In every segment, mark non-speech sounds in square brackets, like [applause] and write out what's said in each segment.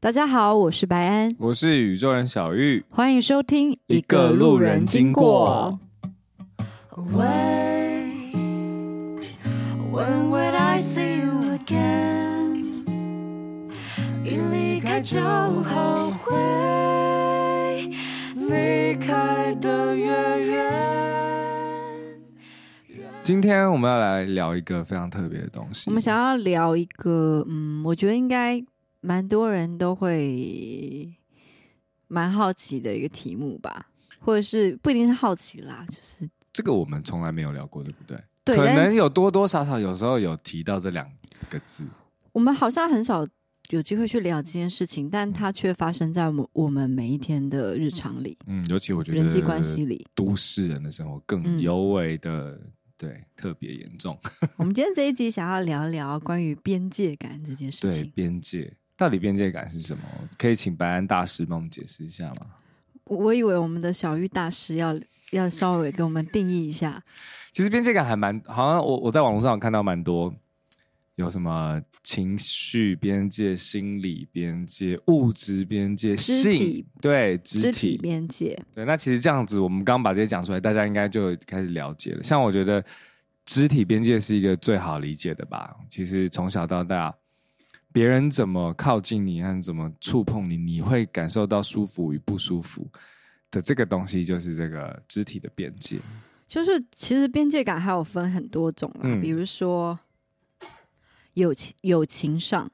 大家好，我是白安，我是宇宙人小玉，欢迎收听。。 Wait, when would I see you again？一离开就后悔，离开的越远。今天我们要来聊一个非常特别的东西。我们想要聊一个，嗯，我觉得应该蛮多人都会蛮好奇的一个题目吧，或者是不一定是好奇啦，就是这个，我们从来没有聊过，对不对？对，可但能是有多多少少有时候有提到这两个字。我们好像很少有机会去聊这件事情，但它却发生在我们我们每一天的日常里、嗯，尤其我觉得人际关系里。都市人的生活更嗯尤为的、对特别严重。我们今天这一集想要聊聊关于边界感这件事对情。边界，到底边界感是什么？可以请白安大师帮我们解释一下吗？我我以为我们的小玉大师要要稍微给我们定义一下，其实边界感还蛮，好像我我在网络上有看到蛮多有什么情绪边界、心理边界、物质边界、肢体性对肢肢体体边界。对。那其实这样子，我们刚刚把这些讲出来，大家应该就开始了解了。像我觉得肢体边界是一个最好理解的吧。其实从小到大，别人怎么靠近你和怎么触碰你，你会感受到舒服与不舒服的这个东西，就是这个肢体的边界。就是其实边界感还有分很多种啦，嗯比如说友情、友情上，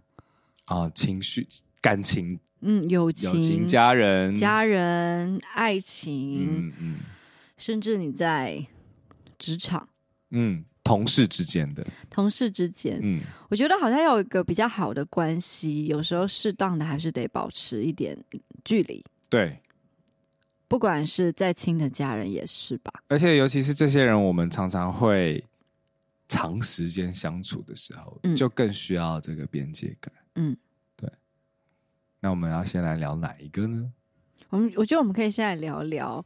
啊、情绪、感情、嗯，友情、友情、家人、家人、爱情，嗯嗯甚至你在职场、嗯，同事之间的，同事之间，嗯，我觉得好像要有一个比较好的关系，有时候适当的还是得保持一点距离，对。不管是再亲的家人也是吧。而且尤其是这些人，我们常常会长时间相处的时候，嗯就更需要这个边界感。嗯，对。那我们要先来聊哪一个呢？我们我觉得我们可以现在聊聊，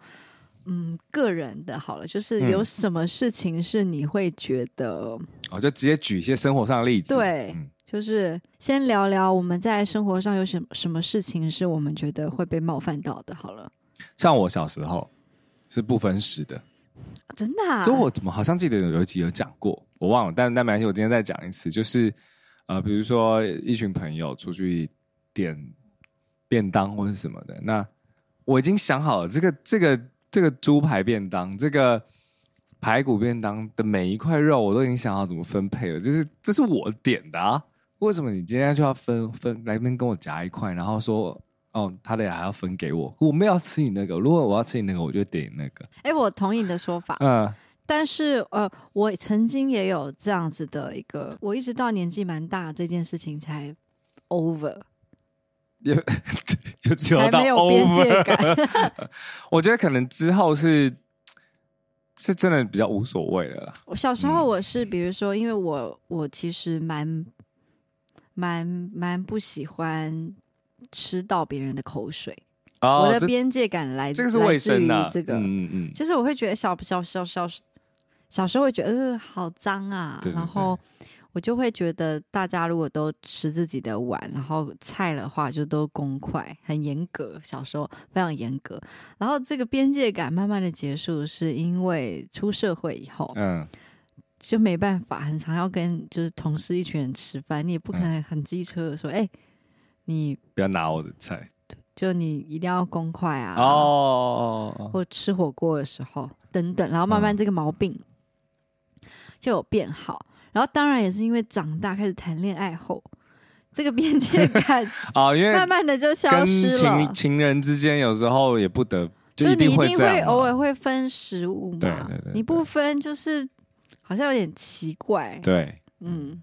嗯，个人的好了，就是嗯有什么事情是你会觉得。哦，就直接举一些生活上的例子。对嗯，就是先聊聊我们在生活上有什么什么事情是我们觉得会被冒犯到的。好了，像我小时候是不分食的，啊真的、啊，这我怎么好像记得有一集有讲过，我忘了，但但没关系，我今天再讲一次，就是呃，比如说一群朋友出去点便当或者什么的，那我已经想好了，这个这个这个猪排便当，这个排骨便当的每一块肉，我都已经想好怎么分配了，就是这是我点的啊，为什么你今天就要分分来这边跟我夹一块，然后说？哦，他的还要分给我，我没有要吃你那个。如果我要吃你那个，我就点你那个。哎、我同意你的说法，嗯、但是呃，我曾经也有这样子的一个，我一直到年纪蛮大这件事情才 over，就 [laughs] 才丢到没有边界 over。感。 [laughs] 我觉得可能之后是是真的比较无所谓了啦。我小时候嗯我是，比如说，因为我我其实蛮蛮蛮不喜欢吃到别人的口水，我哦，的这边界感来这个是卫生的、的，这个。嗯嗯嗯，就是我会觉得小小小小小时候会觉得呃好脏啊，对对然后我就会觉得大家如果都吃自己的碗，然后菜的话就都公筷，很严格，小时候非常严格。然后这个边界感慢慢的结束，是因为出社会以后嗯，就没办法，很常要跟就是同事一群人吃饭，你也不可嗯能很机车的说，哎、你不要拿我的菜就你一定要公筷啊，哦哦。哦或吃火锅的时候等等，然后慢慢嗯这个毛病就有变好。然后当然也是因为长大开始谈恋爱后，这个边 [laughs] 界感哦，因为慢慢的就消跟失了情。情人之间有时候也不得，就就一你一会定这会样嘛。啊偶尔会分食物嘛，对对对你不分就是好像有点奇怪。对。嗯，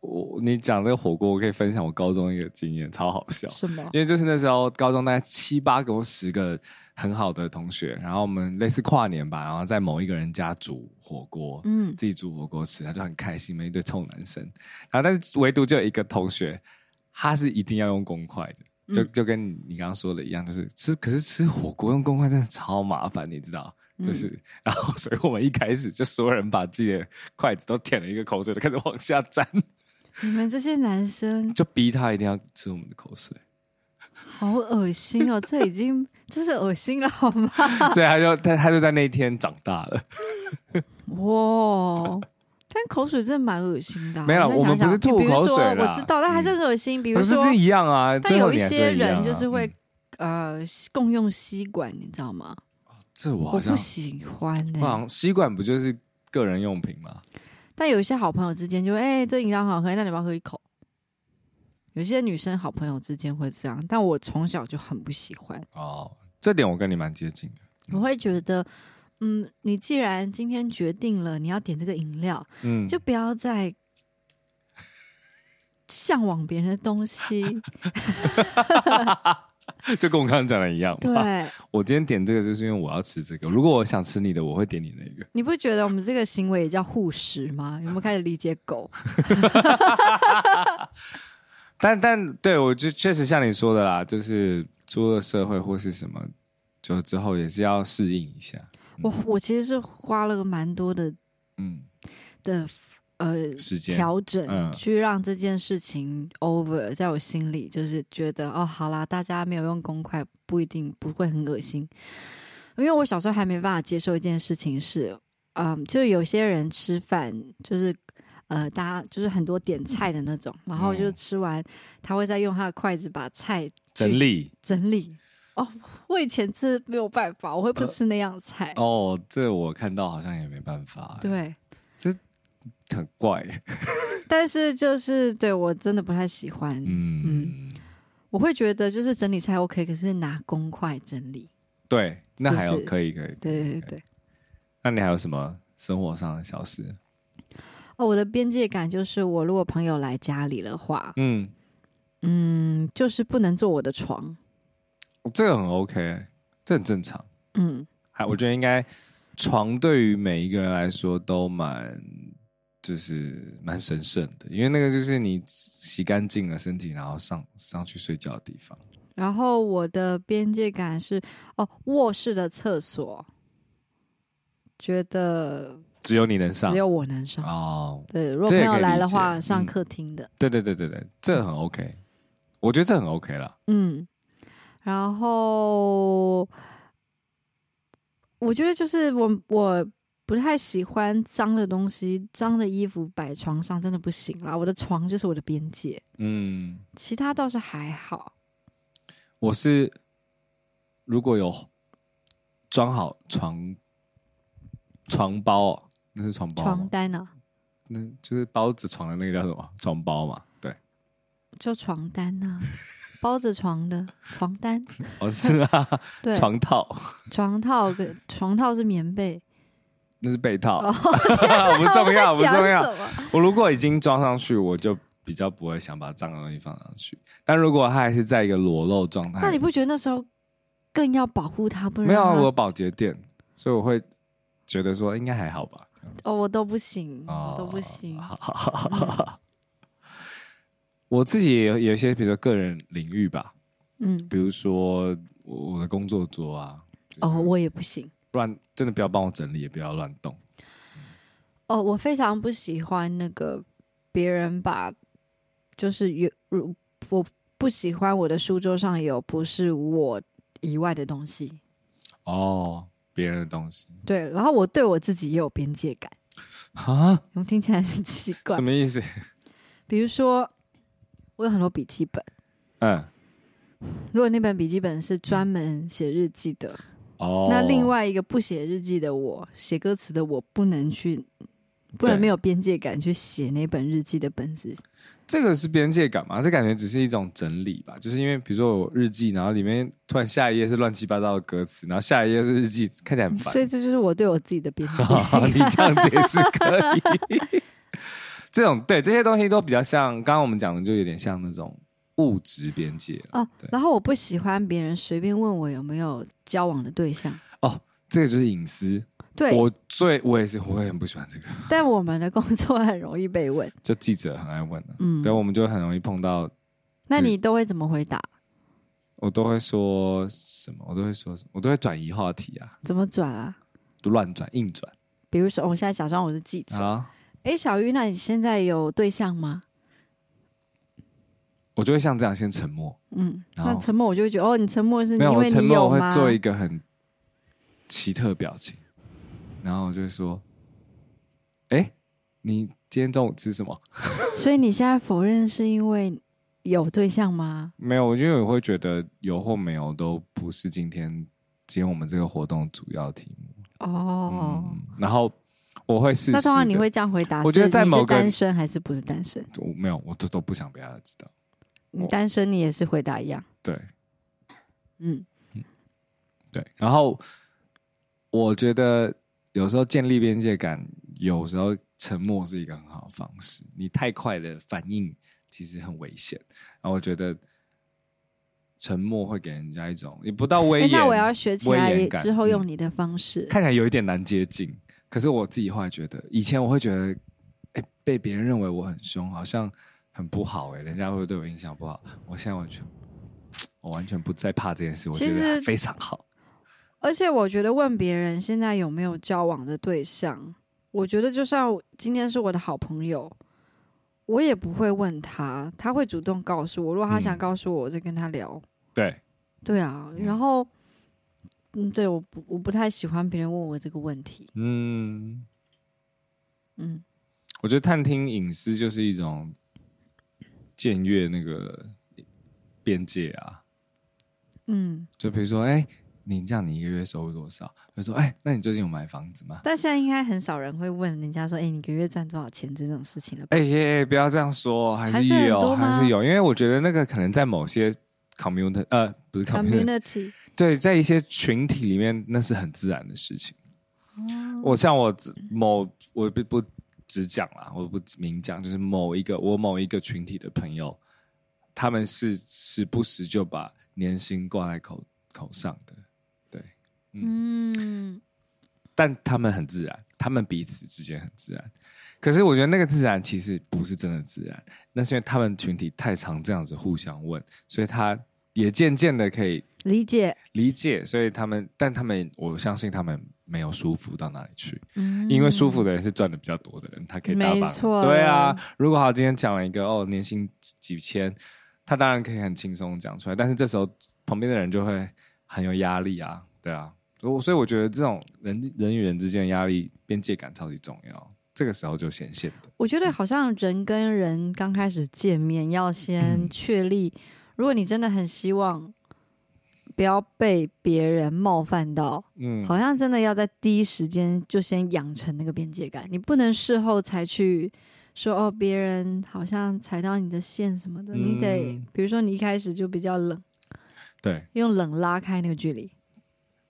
我你讲这个火锅，我可以分享我高中一个经验，超好笑。什么？因为就是那时候高中大概七八个或十个很好的同学，然后我们类似跨年吧，然后在某一个人家煮火锅，嗯，自己煮火锅吃，他就很开心嘛，一堆臭男生。然后但是唯独就有一个同学，他是一定要用公筷的，就嗯就跟你刚刚说的一样，就是吃，可是吃火锅用公筷真的超麻烦，你知道。嗯就是，然后， [laughs] 所以我们一开始就所有人把自己的筷子都舔了一个口水，就开始往下沾，你们这些男生就逼他一定要吃我们的口水。好恶心 [laughs] 哦！这已经这是恶心了好吗？ [laughs] 所以他就他他就在那一天长大了。哇！但口水真的蛮恶心的啊、没有我再想想我们不是吐口水啦比如说我知道，但嗯还是很恶心。比如可是说这，一样啊，但最后有你一还是些一样啊人就是会嗯、呃共用吸管，你知道吗？这我我好像不喜欢、欸。我好像吸管不就是个人用品吗？但有一些好朋友之间就会，哎、这饮料好喝，那你要不要喝一口？有些女生好朋友之间会这样，但我从小就很不喜欢。哦，这点我跟你蛮接近的。我会觉得，嗯，你既然今天决定了你要点这个饮料，嗯，就不要再向往别人的东西。 [laughs] 就跟我刚刚讲的一样。吧。对，我今天点这个就是因为我要吃这个。如果我想吃你的，我会点你那个。你不觉得我们这个行为也叫护食吗？有没有开始理解狗？但但对我就确实像你说的啦，就是出了社会或是什么，就之后也是要适应一下。我我其实是花了蛮多的嗯，的呃时间调整，嗯去让这件事情 over，在我心里就是觉得哦，好啦，大家没有用公筷，不一定不会很恶心，因为我小时候还没办法接受一件事情是，嗯，就有些人吃饭就是。呃，大家就是很多点菜的那种，然后就嗯吃完，他会再用他的筷子把菜整理整理。哦，我以前吃没有办法，我会不吃那样菜。呃哦，这我看到好像也没办法、，对，很怪。但是就是对我真的不太喜欢，嗯，我会觉得就是整理菜 OK，可是拿公筷整理，对，那还有是不是可以可以。对对对可以对。那你还有什么生活上的小事？哦，我的边界感就是我如果朋友来家里的话，嗯，嗯，就是不能坐我的床，这个很 OK，这很正常。嗯，还我觉得应该床对于每一个人来说都蛮就是蛮神圣的，因为那个就是你洗干净了身体，然后上上去睡觉的地方。然后我的边界感是哦，卧室的厕所，觉得只有你能上只有我能上，哦，对，如果这朋也友可以来理的解话，上嗯客厅的。对对对对对，这很 OK，我觉得这很 OK 了。嗯，然后我觉得就是我我不太喜欢脏的东西，脏的衣服摆床上真的不行啦。我的床就是我的边界，嗯，其他倒是还好。我是如果有装好床床包、哦，那是床包床吗？单啊呢、那就是包子床的那个叫什么？床包嘛？对，就床单呢、包着床的床单， [laughs] 哦是啊，对，床套。床套跟床套是棉被，那是被套，哦 [laughs] 不重要，我啊 [laughs] 不在讲重要。什么我如果已经装上去，我就比较不会想把脏的东西放上去。但如果它还是在一个裸露状态，那你不觉得那时候更要保护它？不然哎没有啊？它我有保洁垫，所以我会觉得说应该还好吧。哦，我都不行，哦我都不行。好好好好好 [laughs] 我自己也有有一些，比如说个人领域吧，嗯，比如说我我的工作桌啊，哦，我也不行。乱真的不要帮我整理，也不要乱动。哦，我非常不喜欢那个别人把，就是有如我不喜欢我的书桌上有不是我以外的东西。哦，别人的东西对，然后我对我自己也有边界感，啊，我听起来很奇怪什。么意思？比如说，我有很多笔记本，嗯，如果那本笔记本是专门写日记的，哦，那另外一个不写日记的我，写歌词的我不能去，不对然没有边界感去写那本日记的本子。这个是边界感嘛？这感觉只是一种整理吧，就是因为比如说我日记，然后里面突然下一页是乱七八糟的歌词，然后下一页是日记，看起来很烦所。以这就是我对我自己的边 [laughs] 界好你这样解释可以。 [laughs] 这种对这些东西都比较像，刚刚我们讲的就有点像那种物质边界了哦对，然后我不喜欢别人随便问我有没有交往的对象。这个就是隐私。对，我最我也是，我也很不喜欢这个，但我们的工作很容易被问。就记者很爱问的、 [laughs] 嗯对，，我们就很容易碰到，那你都会怎么回答？我都会说什么，我都会说什么，我都会转移话题啊，怎么转啊？就乱转硬转比如说，我现在假装我是记者。啊。哎，小玉，那你现在有对象吗？我我就会像这样先沉默，嗯，然后那沉默我就会觉得哦，你沉默是没有因我为沉你默我吗？会做一个很奇特的表情，然后我就会说，哎、你今天中午吃什么？所以你现在否认是因为有对象吗？ [laughs] 没有，因为我会觉得有或没有都不是今天今天我们这个活动主要题目。哦，嗯，然后我会试试着。那通常你会这样回答？我觉得是在你某是个单身还是不是单身？我没有，我都都不想被他知道。你我单身，你也是回答一样，对嗯，对，然后我觉得有时候建立边界感，有时候沉默是一个很好的方式。你太快的反应其实很危险。然后我觉得沉默会给人家一种也不到威哎严，，那我要学起威来严也感之后嗯用你的方式，看起来有一点难接近。可是我自己后来觉得，以前我会觉得，哎、被别人认为我很凶，好像很不好、哎，人家会不会对我印象不好？我现在完全，我完全不再怕这件事，我觉其实得非常好。而且我觉得问别人现在有没有交往的对象，我觉得就算今天是我的好朋友，我也不会问他，他会主动告诉我。如果他想嗯告诉我，我再跟他聊。对，对啊，嗯然后，嗯，对，我不我不太喜欢别人问我这个问题。嗯，嗯，我觉得探听隐私就是一种僭越那个边界啊。嗯，就比如说，哎、你这样，你一个月收入多少？就说，哎、那你最近有买房子吗？但现在应该很少人会问人家说：“哎、你一个月赚多少钱？”这种事情 [laughs] 了吧？哎耶，不要这样说，还还是是很有，多吗还是有，因为我觉得那个可能在某些 community 呃，不是 community， community，对，在一些群体里面，那是很自然的事情。哦我像我自某，我不不只讲啦，我不明讲，就是某一个我某一个群体的朋友，他们是时不时就把年薪挂在口口上的，对，嗯，但他们很自然，他们彼此之间很自然。可是我觉得那个自然其实不是真的自然，那是因为他们群体太常这样子互相问，所以他也渐渐的可以理解。理解，所以他们，但他们我相信他们没有舒服到哪里去，嗯，因为舒服的人是赚的比较多的人，他可以打没榜，错对啊。如果他今天讲了一个哦年薪几千，他当然可以很轻松地讲出来，但是这时候旁边的人就会很有压力啊，对啊。我所以我觉得这种人人与人之间的压力边界感超级重要，这个时候就显现的。我觉得好像人跟人刚开始见面，要先嗯确立，如果你真的很希望不要被别人冒犯到，嗯，好像真的要在第一时间就先养成那个边界感，你不能事后才去说哦，别人好像踩到你的线什么的，你得嗯比如说你一开始就比较冷，对，用冷拉开那个距离。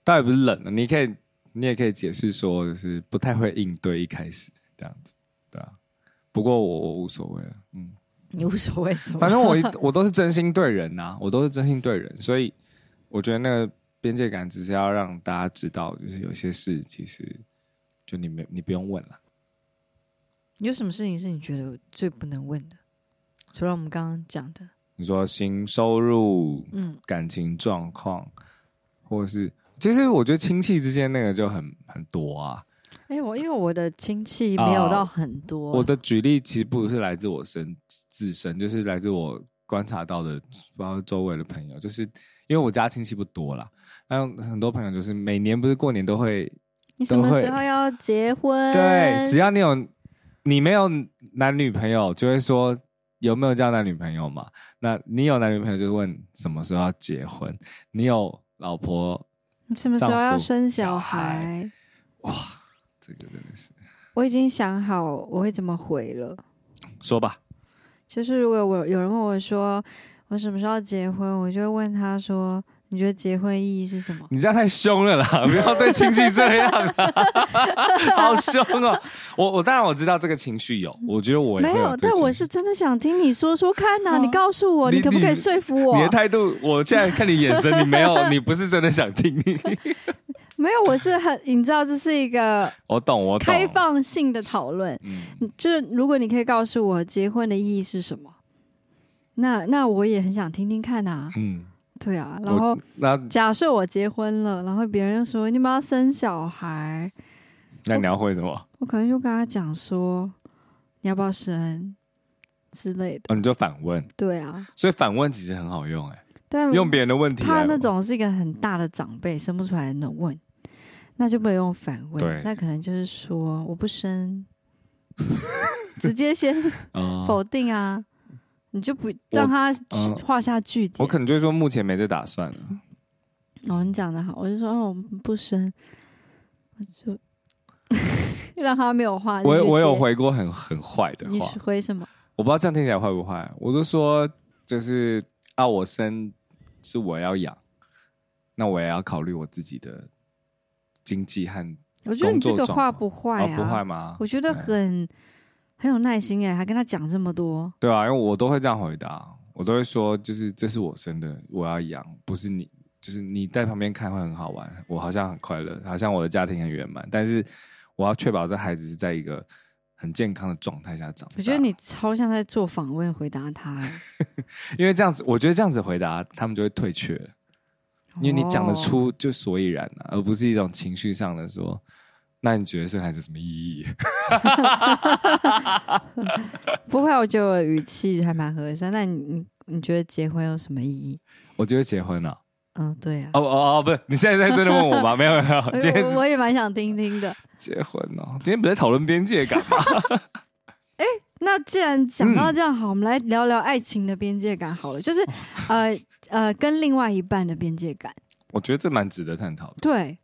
倒也不是冷的，啊你可以你也可以解释说，就是不太会应对一开始这样子，对啊。不过我我无所谓了，嗯。你无所谓什么，反正我一我都是真心对人呐、我都是真心对人，所以我觉得那个边界感只是要让大家知道，就是有些事其实就你没你不用问了。有什么事情是你觉得最不能问的？除了我们刚刚讲的，你说新收入、嗯，感情状况，或者是其实我觉得亲戚之间那个就很很多啊。哎、我因为我的亲戚没有到很多，哦我的举例其实不是来自我身自身，就是来自我观察到的，包括周围的朋友，就是因为我家亲戚不多啦，然后很多朋友就是每年不是过年都会你什么都会时候要结婚？对，只要你有你没有男女朋友，就会说有没有交男女朋友嘛？那你有男女朋友，就问什么时候要结婚；你有老婆，什么时候要生丈夫小孩孩？哇，这个真的是我已经想好我会怎么回了。说吧，就是如果我有人问我说我什么时候要结婚，我就会问他说：“你觉得结婚意义是什么你这样太凶 [laughs] 了啦！不要对亲戚这样啦，好凶哦！我我当然我知道这个情绪 [laughs] 有，我觉得？”我也没会有，这但个我情绪是真的想听你说说看呐、好啊你告诉我，你你可不可以你说服我你？的态度，我现在看你眼神，你没有，你不是真的想 [laughs] 听你。没有，我是很，你知道这是一个我懂，我懂。开，放性的讨论。嗯，就是如果你可以告诉我结婚的意义是什么，那那我也很想听听看啊。嗯，对啊，然我后那假设我结婚了，然后别人又说你们要生小孩，那你要会什么？我可能就跟他讲说你要不要生，之类的。哦，你就反问，对啊，所以反问其实很好用哎、但用别人的问题来他嗯那种是一个很大的长辈，生不出来的问，那就不用反对问，那可能就是说我不 [laughs] 生，直接先哦否定啊，你就不我让他嗯画下句点。我可能就会说目前没这打算了。哦，你讲的好，我就说哦，我不生，我 [laughs] 就让他没有话。我就有去我有接，回过很很坏的你话，回什么？我不知道这样听起来坏不坏。我就说就是啊，我生是我要养，那我也要考虑我自己的经济和我觉得你这工个作状话况不坏哦啊，不坏吗？哎我觉得很很有耐心哎，还跟他讲这么多，对啊，因为我都会这样回答，我都会说，就是这是我生的，我要养，不是你，就是你在旁边看会很好玩，我好像很快乐，好像我的家庭很圆满，但是我要确保这孩子是在一个很健康的状态下长大。我觉得你，超像在做访问回答他哎，因为这样子，我觉得这样子回答他们就会退却了， [laughs] 因为你讲得哦，出就所以然啊，而不是一种情绪上的说，那你觉得生孩子有什么意义？ [laughs] 不会啊，我觉得我的语气还蛮和善。那你你你觉得结婚有什么意义？我觉得结婚了、嗯，对啊，哦哦哦，不是，你现在在真的问我吗？ [laughs] 没有没有，我哦今天是我我也蛮想听听的。结婚哦，今天不是在讨论边界感吗？那既然讲嗯到这样，好，我们来聊聊爱情的边界感好了，就是哦呃呃，跟另外一半的边界感。我觉得这蛮值得探讨的。对，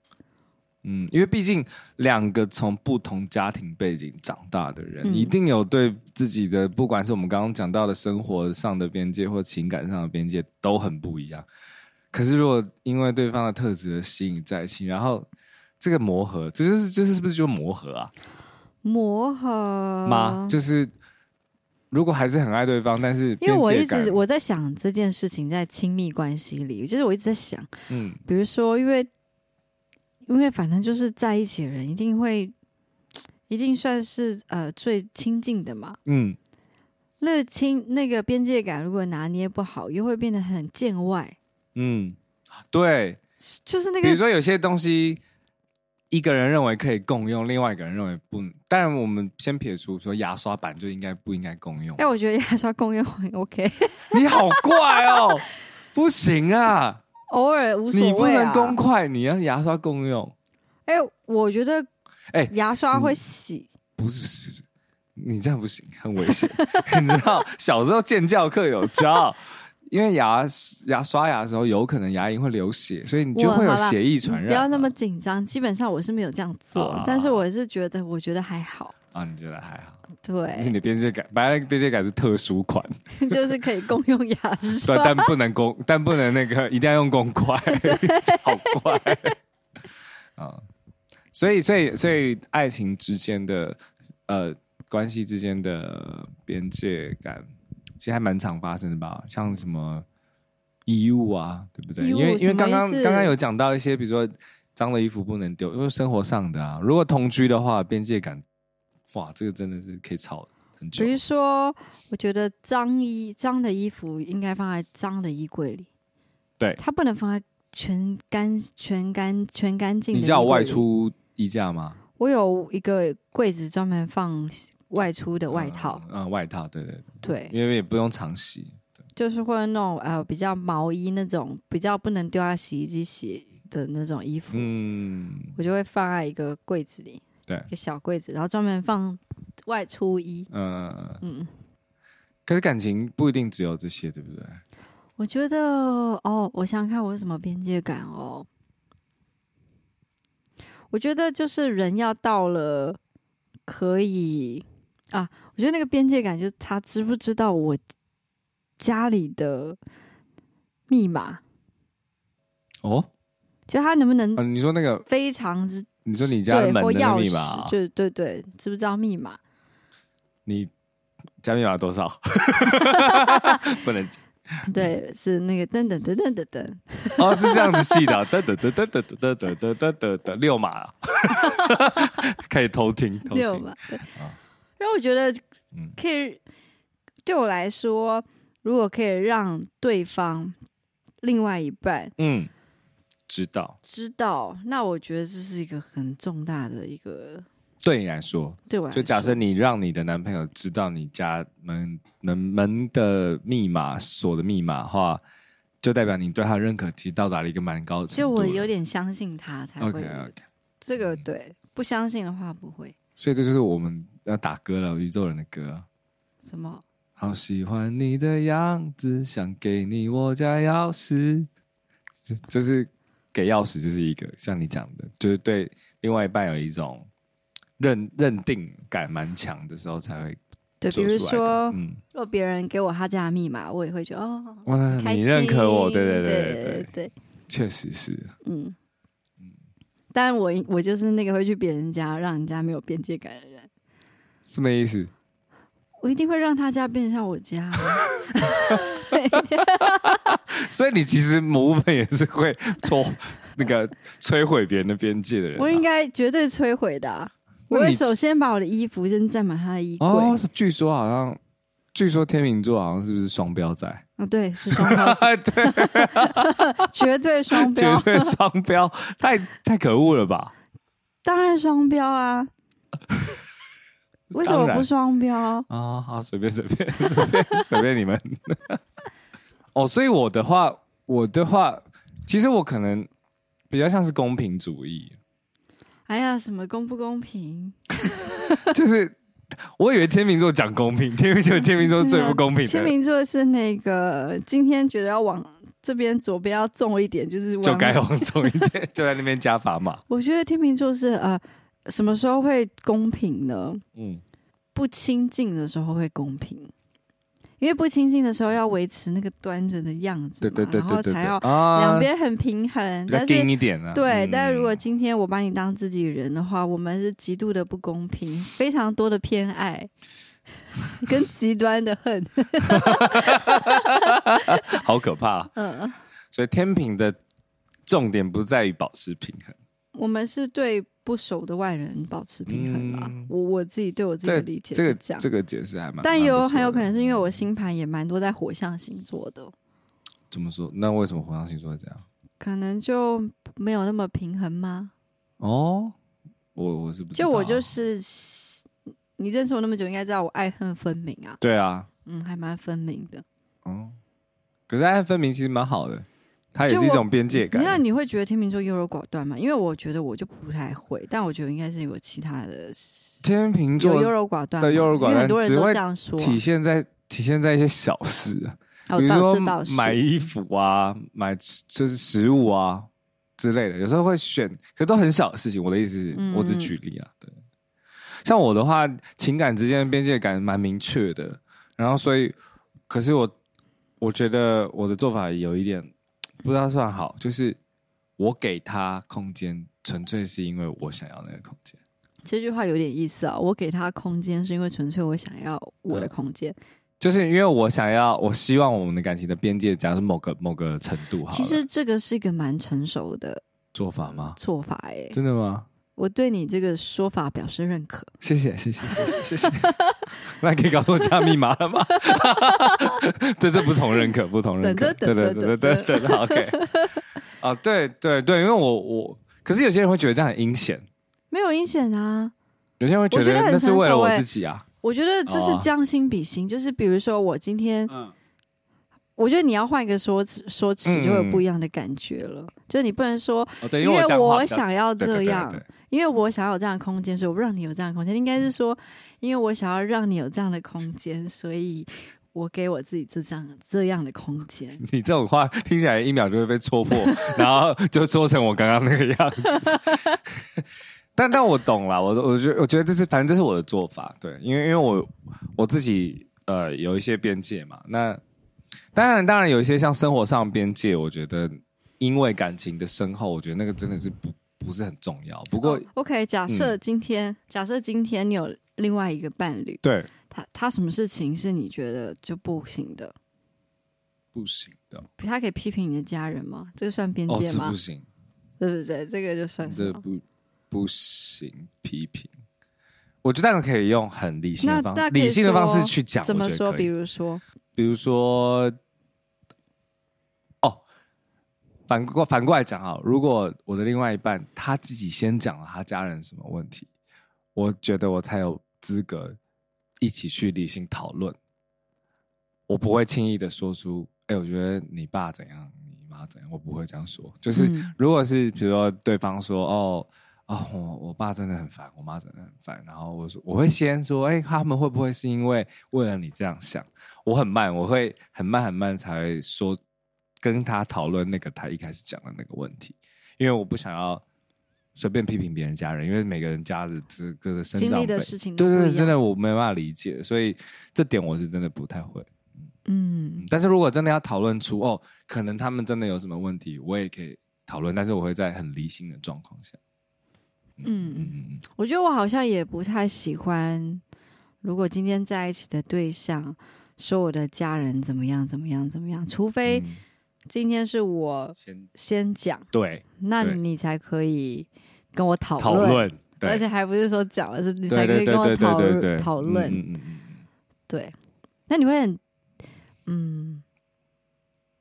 嗯，因为毕竟两个从不同家庭背景长大的人，嗯一定有对自己的，不管是我们刚刚讲到的生活上的边界或情感上的边界，都很不一样。可是如果因为对方的特质而吸引在一起，然后这个磨合，这就是这是不是就磨合啊？磨合妈，就是如果还是很爱对方，但是因为我边一界感直我在想这件事情，在亲密关系里，就是我一直在想，嗯比如说，因为因为反正就是在一起的人，一定会一定算是呃最亲近的嘛。嗯那个亲那个边界感如果拿捏不好，又会变得很见外，嗯，对，就是那比个如说有些东西，一个人认为可以共用，另外一个人认为不能。当然，我们先撇除说牙刷板就应该不应该共用。哎、我觉得牙刷共用很 OK， [laughs] 你好怪哦，不行啊，偶尔无所谓、啊。你不能公筷，你要牙刷共用。哎、我觉得，哎牙刷你会洗，不是不是不是，你这样不行，很危险。 [laughs] 你知道小时候健教课有教。因为牙牙刷牙的时候，有可能牙龈会流血，所以你就我会有好啦血液传你染嘛。不要那么紧张。基本上我是没有这样做，啊但是我是觉得，我觉得还好，啊，你觉得还好？你对，的边界感，本来那个边界感是特殊款， [laughs] 就是可以共用牙嗯 [laughs] 对，刷。但不能公，但不能那个，一定要用公筷， [laughs] 好怪啊、所以，所以，所以，爱情之间的呃关系之间的边界感，其实还蛮常发生的吧？像什么衣物啊，对不对？衣物因为因为什么刚意刚思刚刚有讲到一些，比如说脏的衣服不能丢，因为生活上的啊，如果同居的话，边界感，哇，这个真的是可以吵很久比。如说，我觉得脏衣脏的衣服应该放在脏的衣柜里，对它不能放在全干全干全干净的。你叫我外，出衣架吗？我有一个柜子专门放外出的外套，嗯，嗯，外套，对对对对，因为也不用常洗。就是会有那种呃比较毛衣那种比较不能丢在洗衣机洗的那种衣服，嗯，我就会放在一个柜子里，对一个小柜子，然后专门放外出衣。呃，嗯，可是感情不一定只有这些，对不对？我觉得哦，我想想看我有什么边界感哦。我觉得就是人要到了可以啊，我觉得那个边界感就是他知不知道我家里的密码，哦，就他能不能啊、你说那个，非常之你说你家对门的或那个钥密码啊匙，，对对对，知不知道密码？你家密码 [laughs] 多少？不能讲嗯对，是那个噔噔噔噔噔噔， [laughs] 哦，是这样子记的 [laughs] 啊，得得得得得得得得得得得六码 [laughs] 啊，可以偷听啊偷六听嘛。对，因为我觉得嗯可以，对我来说，如果可以让对方另外一半嗯，知道。知道，那我觉得这是一个很重大的一个对你来说，对我来就说，假设你让你的男朋友知道你家门门门的密码、锁的密码的话，就代表你对他认可其实到达了一个蛮高的程就度了。嗯我有点相信他才会 OK 有 OK，这个对，不相信的话不会所以这就是我们要打歌了，宇宙人的歌啊。什么。好喜欢你的样子，想给你我家钥匙。就就是给钥匙，就是一个像你讲的，就是对另外一半有一种认认定感蛮强的时候才会对，比做如出来的。说，嗯，若别人给我他家的密码，我也会觉得哦，哇，开你认可我，心对对对对对对，确实是。嗯。但我我就是那个会去别人家让人家没有边界感的人，什么意思？我一定会让他家变像我家啊。所以你其实某部分也是会戳那个摧毁别人的边界的人啊、我应该绝对摧毁的啊、那我你会首先把我的衣服先占满他的衣柜。哦，据说好像，据说天秤座好像是不是双标仔？ [laughs] 哦，对，是双标，对。绝对双 [laughs] 绝标，对双标，太太可恶了吧？当然双标 [laughs] 啊！为什么不双标？啊、好，随便随便随便随便你们。 [laughs] 哦，所以我的话，我的话，其实我可能比较像是公平主义，哎呀，什么公不公平？ [laughs] 就是我以为天秤座讲公平，天秤座天秤座是最不公平天的，秤座是那个今天觉得要往这边左边要重一点，就是往就该往重一点，就在那边加砝码。我觉得天秤座是呃，什么时候会公平呢？嗯，不亲近的时候会公平，因为不亲近的时候要维持那个端着的样子对嘛，对对对对对然后才要啊两边很平衡。比较但硬是一点啊。对，嗯但如果今天我把你当自己人的话，我们是极度的不公平，非常多的偏爱。跟极端的恨， [laughs] 好可怕，啊嗯，所以天平的重点不在于保持平衡。我们是对不熟的外人保持平衡啦。嗯我我自己对我自己的理解这是个这样，这个解释还蛮，但蛮不有错的很有可能是因为我星盘也蛮多在火象星座的，怎么说？那为什么火象星座会这样？可能就没有那么平衡吗？哦，我我是不知道啊就我就是，你认识我那么久，应该知道我爱恨分明啊，对啊，嗯，还蛮分明的。嗯，可是爱恨分明其实蛮好的，它也就是一我种边界感。那你会觉得天秤座优柔寡断吗？因为我觉得我就不太会，但我觉得应该是有其他的天秤有座优柔寡断吗对优柔寡断因为很多人只都会这样说。体现在体现在一些小事啊，哦，比如倒说这倒是买衣服啊，买吃就是食物啊之类的，有时候会选，可都很小的事情。我的意思是，嗯我只举例啊，对。像我的话，情感之间的边界感蛮明确的，然后所以，可是我我觉得我的做法有一点不知道算好，就是我给他空间，纯粹是因为我想要那个空间。这句话有点意思啊。我给他空间是因为纯粹我想要我的嗯空间。就是因为我想要，我希望我们的感情的边界，假如是某个某个程度好了，其实这个是一个蛮成熟的做法吗？做法哎、真的吗？我对你这个说法表示认可。谢谢谢谢谢谢谢谢。 [laughs] 那可以告诉我加密码了吗？ [laughs] 这是不同认可，不同认可。等对等对等对等对对对，OK。啊，对对对，因为我我，可是有些人会觉得这样很阴险，没有阴险啊。有些人会觉我觉得很那是为成了熟我欸自己啊。我觉得这是哦将心比心，就是比如说我今天，嗯我觉得你要换一个说辞说辞，嗯就会有不一样的感觉了。就是你不能说，哦对，因为这样话比较想要对对这对样，对对因为我想要有这样的空间，所以我让你有这样的空间。应嗯该是说，因为我想要让你有这样的空间，所以我给我自己这样这样的空间。你这种话听起来一秒就会被戳破， [laughs] 然后就说成我刚刚那个样子。 [laughs] 但但我懂了，我我觉得我觉得这是反正这是我的做法，对，因为因为我我自己呃有一些边界嘛。那当然当然有一些像生活上的边界，我觉得因为感情的深厚，我觉得那个真的是不不是很重要。不过、嗯哦 OK，假设今天，假设今天你有另外一个伴侣，对他他什么事情是你觉得就不行的？不行的，他可以批评你的家人吗？这个算边哦界这吗？不行，对不对？这个就算是这不不行批评。我觉得当然可以用很理性的那方那可以理性的方式说去讲，怎我么觉得说？可以比如说，比如说，哦，反过反过来讲啊，如果我的另外一半他自己先讲了他家人什么问题，我觉得我才有资格一起去理性讨论。我不会轻易的说出，哎、我觉得你爸怎样，你妈怎样，我不会这样说。就是、嗯如果是比如说对方说，哦。哦，我我爸真的很烦，我妈真的很烦。然后我说，我会先说，哎、他们会不会是因为为了你这样想？我很慢，我会很慢很慢才会说跟他讨论那个他一开始讲的那个问题，因为我不想要随便批评别人家人，因为每个人家的这个生经长历的背事情都对对不对，一真的样我没办法理解，所以这点我是真的不太会。嗯嗯，但是如果真的要讨论出哦，可能他们真的有什么问题，我也可以讨论，但是我会在很理性的状况下。嗯嗯嗯嗯，我觉得我好像也不太喜欢，如果今天在一起的对象说我的家人怎么样怎么样怎么样，除非嗯今天是我先先讲，对那对你才可以跟我讨讨论，对而且还不是说讲，而是你才对可以对对跟我对讨对对论讨嗯论。嗯嗯嗯嗯对，那你会很，嗯，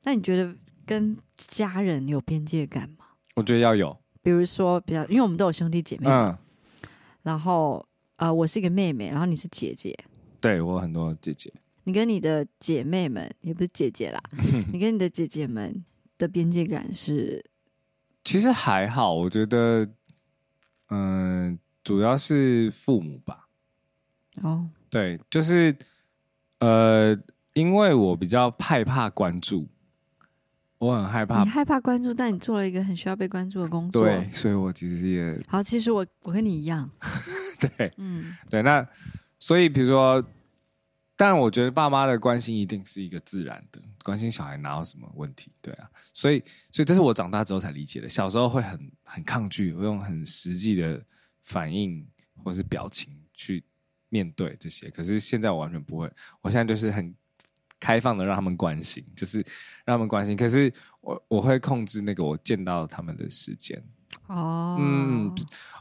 那你觉得跟家人有边界感吗？我觉得要有，比如说，比较，因为我们都有兄弟姐妹，嗯，然后呃，我是一个妹妹，然后你是姐姐，对我有很多姐姐，你跟你的姐妹们，也不是姐姐 [laughs] 啦，你跟你的姐姐们的边界感是，其实还好，我觉得，嗯、主要是父母吧，哦，对，就是呃，因为我比较害怕关注，我很害怕你，害怕关注，但你做了一个很需要被关注的工作。对，所以我其实也 [laughs] 好，其实我我跟你一样，对嗯对，那所以比如说，但我觉得爸妈的关心一定是一个自然的，关心小孩哪有什么问题，对啊，所以所以这是我长大之后才理解的，小时候会很很抗拒，会用很实际的反应或是表情去面对这些，可是现在我完全不会，我现在就是很开放的让他们关心，就是让他们关心，可是我我会控制那个我见到他们的时间。哦，嗯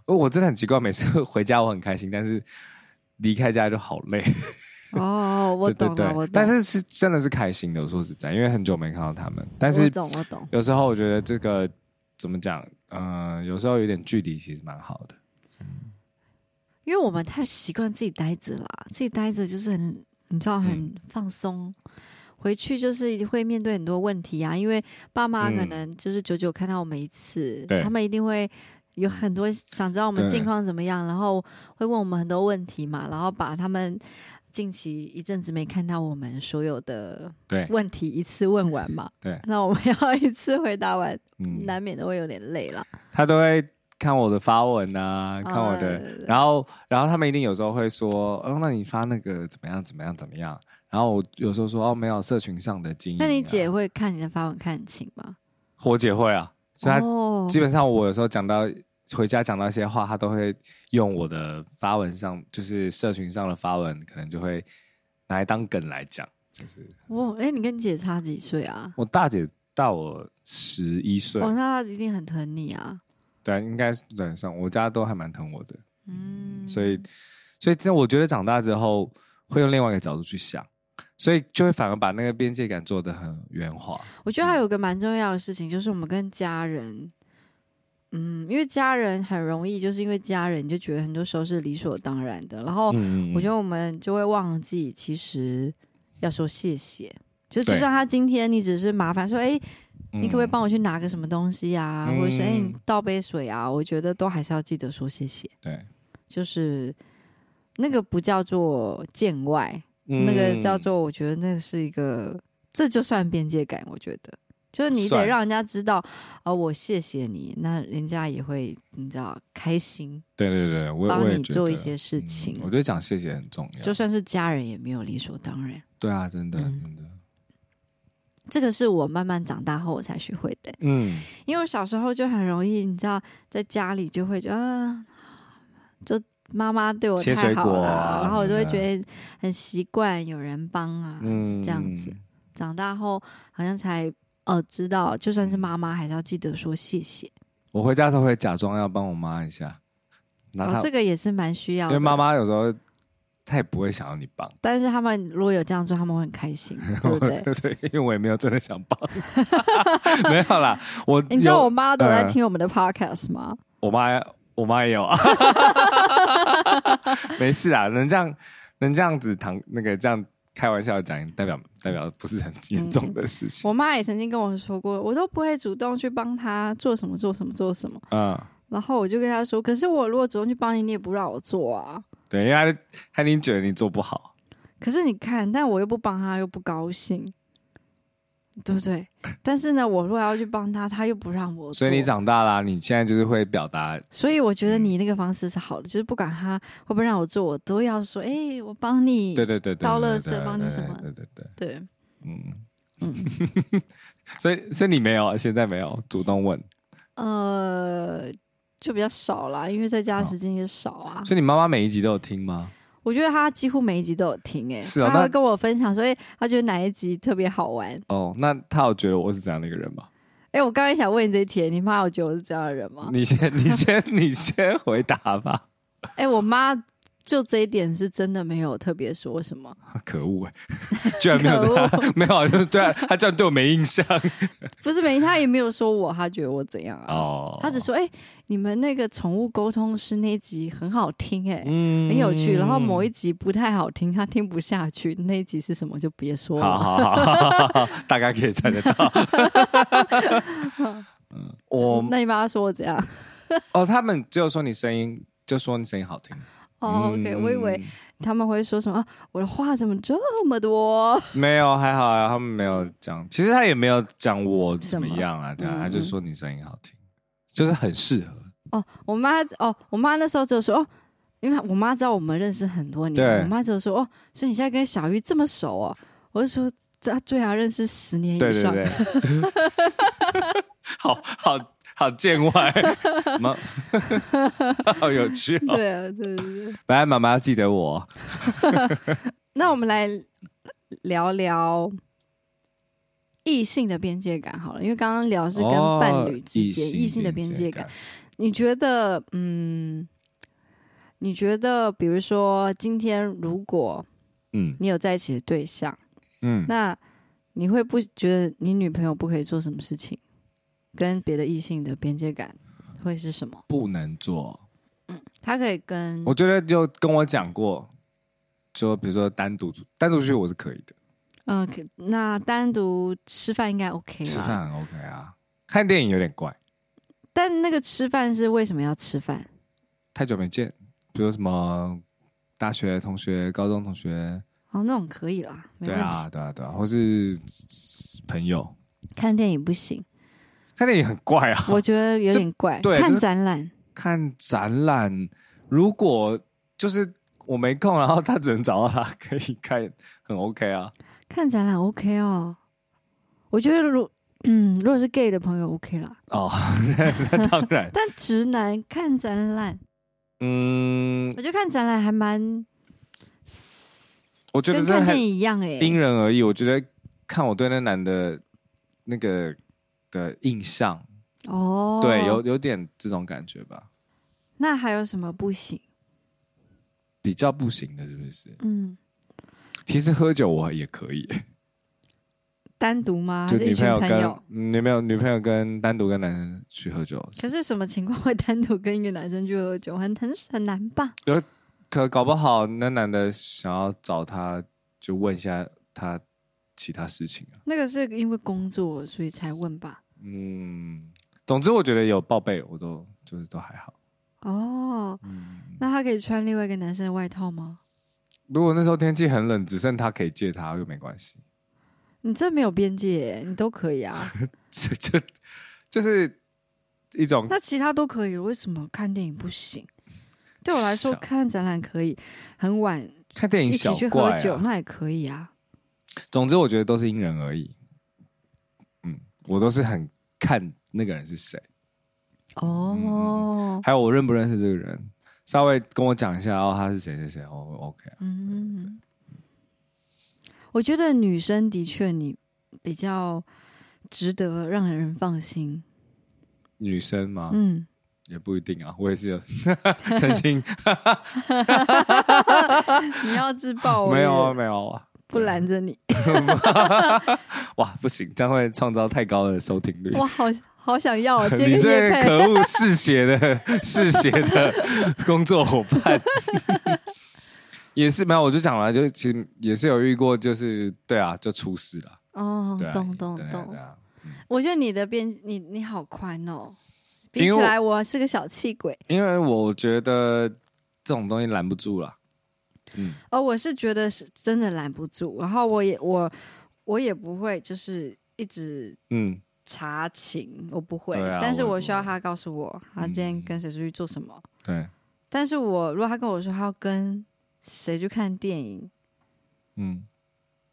哦我真的很奇怪，每次回家我很开心，但是离开家就好累。哦，我对对懂对了，我懂，但是是真的是开心的。我说实在，因为很久没看到他们，但我是懂我懂，有时候我觉得这个怎么讲，呃，有时候有点距离其实蛮好的。因为我们太习惯自己待着啦，自己待着就是很，你知道，嗯很放松。回去就是会面对很多问题啊，因为爸妈可嗯能就是久久看到我们一次，对他们一定会有很多想知道我们对近况怎么样，然后会问我们很多问题嘛，然后把他们近期一阵子没看到我们所有的对问题一次问完嘛，对，那我们 [laughs] 要一次回答完，嗯，难免都会有点累啦。他都会看我的发文啊，看我的，啊对对对然后然后他们一定有时候会说，哦，那你发那个怎么样怎么样怎么样？然后我有时候说，哦，没有，社群上的经营啊、那你姐会看你的发文看很清吗？我姐会啊，所以她哦基本上我有时候讲到回家讲到一些话，他都会用我的发文上，就是社群上的发文，可能就会拿来当梗来讲。就是哇，哎、你跟你姐差几岁啊？我大姐大我十一岁，哦，那她一定很疼你啊。对，应该是对上我家都还蛮疼我的，嗯，所以所以这我觉得长大之后会用另外一个角度去想，所以就会反而把那个边界感做得很圆滑。我觉得还嗯有一个蛮重要的事情，就是我们跟家人，嗯，因为家人很容易，就是因为家人，你就觉得很多时候是理所当然的。然后嗯哦我觉得我们就会忘记，其实要说谢谢。就就对像他今天，你只是麻烦说，哎、得你可不可以帮我？我去拿个什么东西啊？嗯或者是，哎、你倒杯水啊？我觉得都还是要记得说谢谢。对，就是那个不叫做见外，那嗯个叫做我觉得那是一个，这就算边界感，我觉得。就是你得算让人家知道，哦，我谢谢你，那人家也会你知道开心，对对对，我也帮我也你觉做一得些事情啊嗯。我觉得讲谢谢很重要，就算是家人也没有理所当然，对啊，真的、嗯真的，这个是我慢慢长大后我才学会的。嗯，因为我小时候就很容易，你知道，在家里就会觉得，啊、就妈妈对我切太水好果了，啊然后我就会嗯觉得很习惯有人帮啊，是这样嗯子。长大后好像才呃知道，就算是妈妈，还是要记得说谢谢。我回家的时候会假装要帮我妈一下，拿然她，后哦这个也是蛮需要因为的。妈，妈有时候她也不会想要你帮，但是他们如果有这样做，他们会很开 [laughs] 心，对不对？对，因为我也没有真的想帮， [laughs] 没有啦，我你知道有我妈都在呃 [laughs] 听我们的 podcast 吗？我妈，我妈也有，啊没事啊，能这样能这样子谈那个这样开玩笑讲，代表代表不是很嗯严重的事情。我妈也曾经跟我说过，我都不会主动去帮她做什么做什么做什么。嗯，然后我就跟她说，可是我如果主动去帮你，你也不让我做啊。对，因为他他已经觉得你做不好，可是你看，但我又不帮她，又不高兴，对不对？但是呢，我如果要去帮她，她又不让我做。所以你长大啦，你现在就是会表达，所以我觉得嗯你那个方式是好的，就是不管他会不会让我做，我都要说，哎、我帮你。对对对对，对倒垃圾对对对帮你什么对对对，对对嗯， [laughs] 嗯，所以所以你没有，现在没有主动哦问，呃，就比较少啦，因为在家的时间也少啊。哦所以你妈妈每一集都有听吗？我觉得他几乎每一集都有听、哎，是啊他那会跟我分享说，哎、他觉得哪一集特别好玩。哦，那她有觉得我是怎样的一个人吗？哎、我刚才想问你这一题，你妈有觉得我是这样的人吗？你先，你先，你先回答吧。哎、我妈就这一点是真的没有特别说什么， [laughs] 可恶、 [laughs] 欸，居然没有这可样，没有，就对啊，他居然对我没印象。不是没，她也没有说我，她觉得我怎样啊？哦，她只说，哎、你们那个宠物沟通师那一集很好听、哎、嗯很有趣。然后某一集不太好听，他听不下去，那一集是什么就别说好了。好好好好好，大概可以猜 [laughs] 得到。嗯，我那你妈妈说我怎样？哦，他们只有说你声音，就说你声音好听。哦、o k 嗯我以为他们会说什么啊？我的话怎么这么多？没有，还好啊，他们没有讲。其实他也没有讲我怎么什么样啊，对啊，嗯他就说你声音好听，就是很适合。哦，我妈哦，我妈那时候只有说哦，因为我妈知道我们认识很多年，对我妈只有说哦，所以你现在跟小玉这么熟哦？我就说这啊对啊，认识十年以对上。对对， [laughs] 好好好见 [laughs] 外，妈， [laughs] 好有趣哦。对啊对对对。本来妈妈要记得我，那我们来聊聊嗯异性的边界感好了，因为刚刚聊是跟哦伴侣之间、哦异性的边边界感。。你觉得，嗯，你觉得，比如说，今天如果嗯你有在一起的对象，嗯，那你会不觉得你女朋友不可以做什么事情？跟别的异性的边界感会是什么？嗯不能做。她可以跟我觉得就跟我讲过，就比如说单独出单独出去我是可以的，嗯、可那单独吃饭应该 OK 吃啦。饭很 OK 啊，看电影有点怪，但那个吃饭是为什么要吃饭？太久没见，比如什么大学同学、高中同学，哦，那种可以啦，没对问题。啊对啊对啊，或是朋友，看电影不行，看电影很怪啊。我觉得有这点怪。对看就是展览，看展览，如果就是我没空，然后他只能找到他，可以看，很 OK [laughs] 啊。看展览 OK 哦，我觉得如嗯，如果是 gay 的朋友 OK 啦，哦， [laughs] 那那当然，但直男看展览，嗯我，觉得看展览还蛮我觉得跟这看很电影一样哎、因人而异。我觉得看我对那男的那个的印象，哦，对，有。有点这种感觉吧。那还有什么不行？比较不行的，是不是？嗯，其实喝酒我也可以，单独吗？就还是啊女一群朋友朋跟嗯女朋友女朋友跟单独跟男生去喝酒，可是什么情况会单独跟一个男生去喝酒？很很很难 [laughs] 吧？可搞不好那男的想要找他，就问一下他其他事情啊。那个是因为工作所以才问吧？嗯，总之我觉得有报备，我都就是都还好。哦，嗯，那他可以穿另外一个男生的外套吗？如果那时候天气很冷，只剩他可以借他，又没关系。 [laughs] 你这没有边界耶，你都可以 [laughs] 啊。这这就是一种那其他都可以，为什么看电影不行？对我来说，小看展览可以，很晚看电一影起小去喝怪、酒、啊。那也可以啊。总之我觉得都是因人而异。嗯，我都是很看那个人是谁。哦，还有我认不认识这个人，稍微跟我讲一下哦，他是谁谁谁，哦我 OK 啊，嗯，我觉得女生的确你比较值得让人放心。女生嘛，嗯，也不一定啊，我 [laughs] 也是有 [laughs] 曾经你要自 [laughs] 爆我没也有啊没有啊，不拦着你，哇不行，这样会创造太高的收听率，哇，好好想要啊！接 [laughs] 你个这夜个配，可恶嗜血的嗜血的 [laughs] 工作伙伴， [laughs] 也是没有，我就讲了，就其实也是有遇过，就是对啊，就出事了，哦对、啊，，懂懂对啊懂对。啊我觉得你的边，你你好宽哦，比因为起我来我是个小气鬼因为我觉得这种东西拦不住了，嗯，哦，我是觉得是真的拦不住，然后我也我我也不会就是一直嗯，查情，我不会，对啊但是我也我不需要会嗯他告诉我他今天跟谁出去做什么，对，但是我如果他跟我说他要跟谁去看电影，嗯，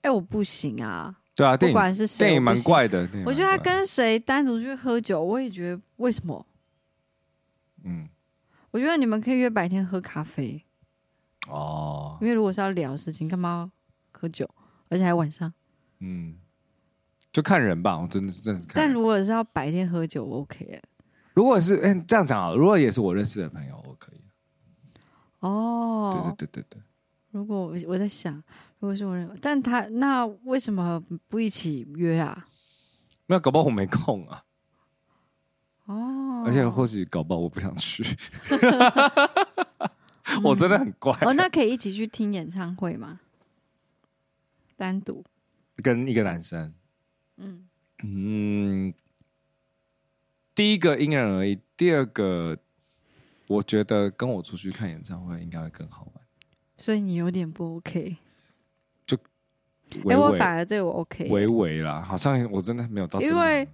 哎，我不行啊，对啊，不电影管是谁，电影我不蛮行。怪的，电影我蛮觉得他怪的跟谁单独去喝酒，我也觉得为什么？嗯我觉得你们可以约白天喝咖啡，哦因为如果是要聊事情，干嘛要喝酒？而且还晚上。嗯，就看人吧，我真的是真的是看人。但如果是要白天喝酒，我 OK 耶如果是哎、这样讲啊，如果也是我认识的朋友，我可以。哦。对对对对对，如果我我在想，如果是我认，但他那为什么不一起约啊？那搞不好我没空啊，哦，而且或许搞不好我不想去， [laughs] 我真的很怪。哦，那可以一起去听演唱会吗？单独，跟一个男生，嗯，嗯，第一个因人而异，第二个我觉得跟我出去看演唱会应该会更好玩。所以你有点不 OK。哎、微我微反而这个我 OK 耶。微微啦，好像我真的没有到真的因为很，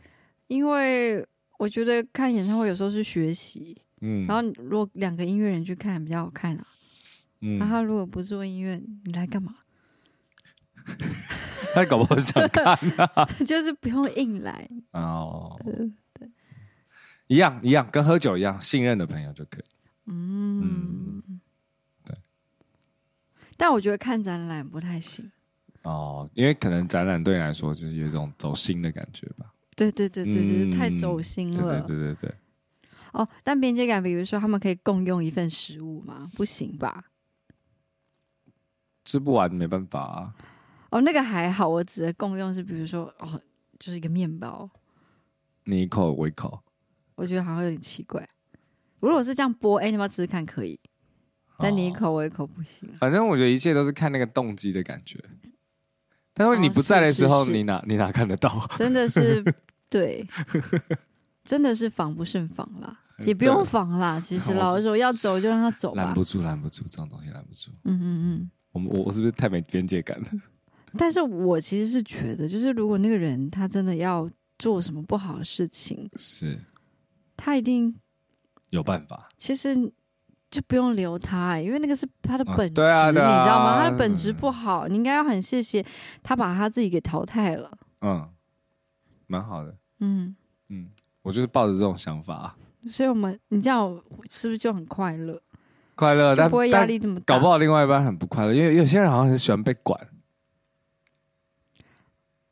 因为我觉得看演唱会有时候是学习，嗯，然后你如果两个音乐人去看比较好看啊。嗯然后如果不做音乐，你来干嘛？ [laughs] [laughs] 他搞不好想 [laughs] 看就是不用硬来。哦，嗯一样一样，跟喝酒一样，信任的朋友就可以。嗯，对。但我觉得看展览不太行。哦，因为可能展览对你来说就是有一种走心的感觉吧。对对对对对，嗯太走心对了对对对对，哦。但边界感，比如说他们可以共用一份食物吗？不行吧？吃不完没办法啊。哦，那个还好，我指的共用是，比如说哦，就是一个面包，你一口我一口，我觉得好像有点奇怪。如果是这样剥，哎、你要不要吃吃看？可以，但你一哦。口我一口不行啊。反正我觉得一切都是看那个动机的感觉。但是你哦不在的是时候，是是你哪你哪看得 [laughs] 到？真的是 [laughs] 对，真的是防不胜防啦，也不用防啦。 [laughs] 其实哎我老实是说，要走就让他走拦吧。不住，拦不住，这种东西拦不住。嗯嗯我们我我是不是太没边界感了？嗯。但是我其实是觉得，就是如果那个人他真的要做什么不好的事情，是他一定有办法。其实就不用留他、因为那个是他的啊本质，对啊对啊你知道吗？他的本质不好，你应该要很谢谢他把他自己给淘汰了。嗯，蛮好的。嗯，嗯，我就是抱着这种想法、啊，所以我们你这样是不是就很快乐，快乐，就呃但不会压但力这么大？搞不好另外一半很不快乐，因为有些人好像很喜欢被管，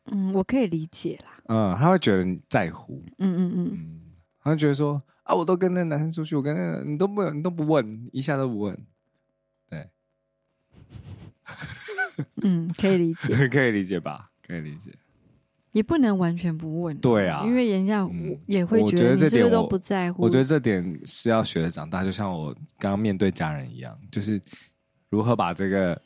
嗯，我可以理解啦。嗯，他会觉得你在乎，嗯嗯嗯。嗯，他会觉得说啊，我都跟那男生出去，我跟那个你都不你都不问，一下都不问， [laughs] 嗯，可以理 [laughs] 解，可以理解吧？可以理解，也不能完全不问，对啊，因为人家嗯也会我觉觉得你这是不是点都我不在乎。我觉得这点是要学着长大，就像我刚刚面对家人一样，就是如何把这个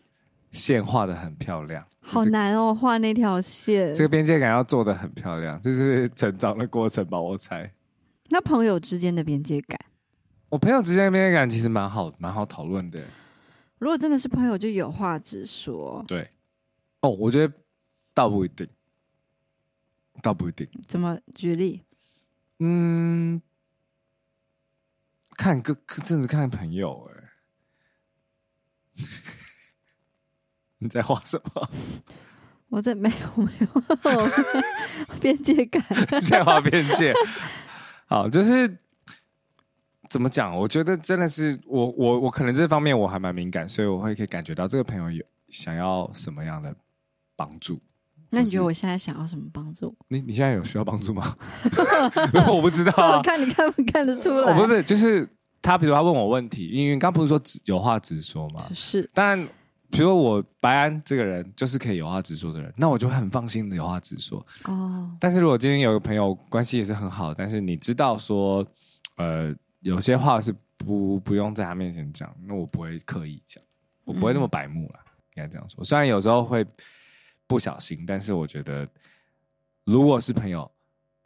线画的很漂亮，好这难哦，画那条线。这个边界感要做的很漂亮，这是成长的过程吧，我猜。那朋友之间的边界感，我朋友之间的边界感其实蛮好，蛮好讨论的。如果真的是朋友，就有话直说。对，哦，我觉得倒不一定，倒不一定。怎么举例？嗯，看个真的看朋友哎、 [laughs] 你在画什么？我这 [laughs] 没有没有边界感。你在画边 [laughs] 界？好，就是怎么讲？我觉得真的是我我我可能这方面我还蛮敏感，所以我会可以感觉到这个朋友有想要什么样的帮助。那你觉得是我现在想要什么帮助？你你现在有需要帮助 [laughs] 吗？我不知道、 [laughs] 啊我，看你看不看得出来？我不是就是他，比如他问我问题，因为刚不是说直有话直说嘛。是当然，比如说我白安这个人就是可以有话直说的人，那我就会很放心的有话直说。哦，但是如果今天嗯有个朋友关系也是很好，但是你知道说，呃，有些话是不不用在他面前讲，那我不会刻意讲，我不会那么白目啦，应该这样说。虽然有时候会不小心，但是我觉得，如果是朋友，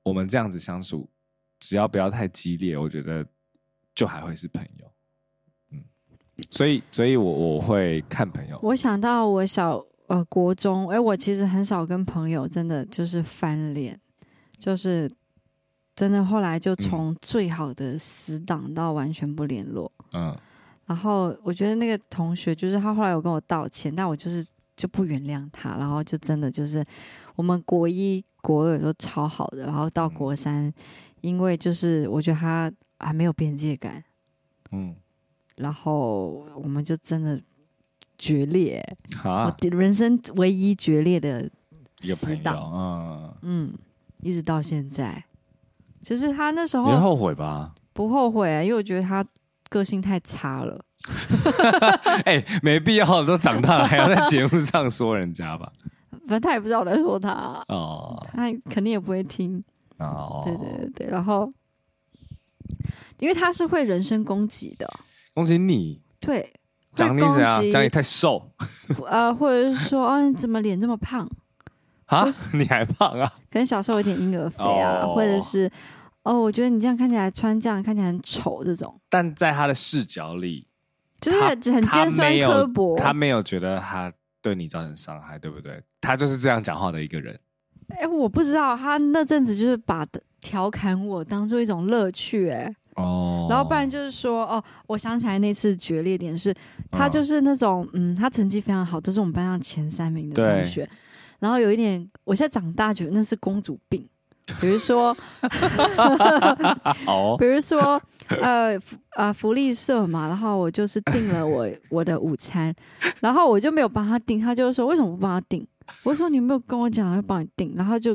我们这样子相处，只要不要太激烈，我觉得就还会是朋友。嗯，所以，所以我我会看朋友。我想到我小呃国中，哎，我其实很少跟朋友真的就是翻脸，就是真的后来就从最好的死党到完全不联络。嗯然后我觉得那个同学就是他后来有跟我道歉，但我就是就不原谅他，然后就真的就是我们国一、国二都超好的，然后到嗯国三，因为就是我觉得他还没有边界感，嗯，然后我们就真的决裂，好、我的人生唯一决裂的啊一个死朋友，党，嗯，嗯，一直到现在。其实他那时你会候后悔吧？不后悔、啊因为我觉得他个性太差了。哎、没必要，都长大了还要在节目上说人家吧？反正他也不知道我在说他、啊哦他肯定也不会听。哦，对对对对，然后因为他是会人身攻击的，恭喜你，对，会讲你怎样？讲攻你击太瘦呃，或者是说，哦，你怎么脸这么胖？啊？你还胖啊？可能小时候有点婴儿肥啊，哦或者是哦，我觉得你这样看起来穿这样看起来很丑，这种但在他的视角里，就是他很很他尖酸没有刻薄。他没有觉得他对你造成伤害，对不对？他就是这样讲话的一个人。哎、我不知道，他那阵子就是把调侃我当做一种乐趣、哎。哦然后不然就是说，哦，我想起来那次决裂点是，他就是那种，嗯，他成绩非常好，这是我们班上前三名的对同学。然后有一点，我现在长大觉得那是公主 [laughs] 病，比如说，哦，比如说，呃福呃，福利社嘛，然后我就是订了我我的午餐，然后我就没有帮他订，他就说为什么不帮他订？我说你没有跟我讲要帮你订，然后他就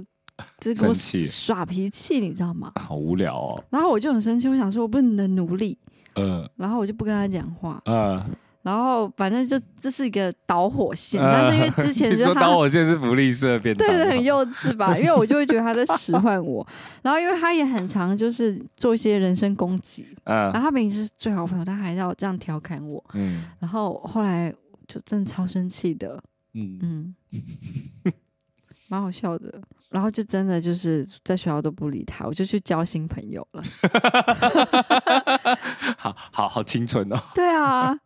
就给我生气耍脾气，你知道吗？好无聊哦。然后我就很生气，我想说我不是你的奴隶，呃然后我就不跟他讲话。呃，然后反正就这是一个导火线，呃但是因为之前 [laughs] 你就说他当我现在是福利社变对当对吗很幼稚吧，因为我就会觉得他在 [laughs] 使唤我，然后因为他也很常就是做一些人身攻击，然后嗯他明明是最好朋友，他还要这样调侃我，嗯然后后来就真的超生气的，嗯， [laughs] 嗯，蛮好笑的。然后就真的就是在学校都不理他，我就去交新朋友了。好好好青春哦。 [laughs] 对 [laughs] 啊，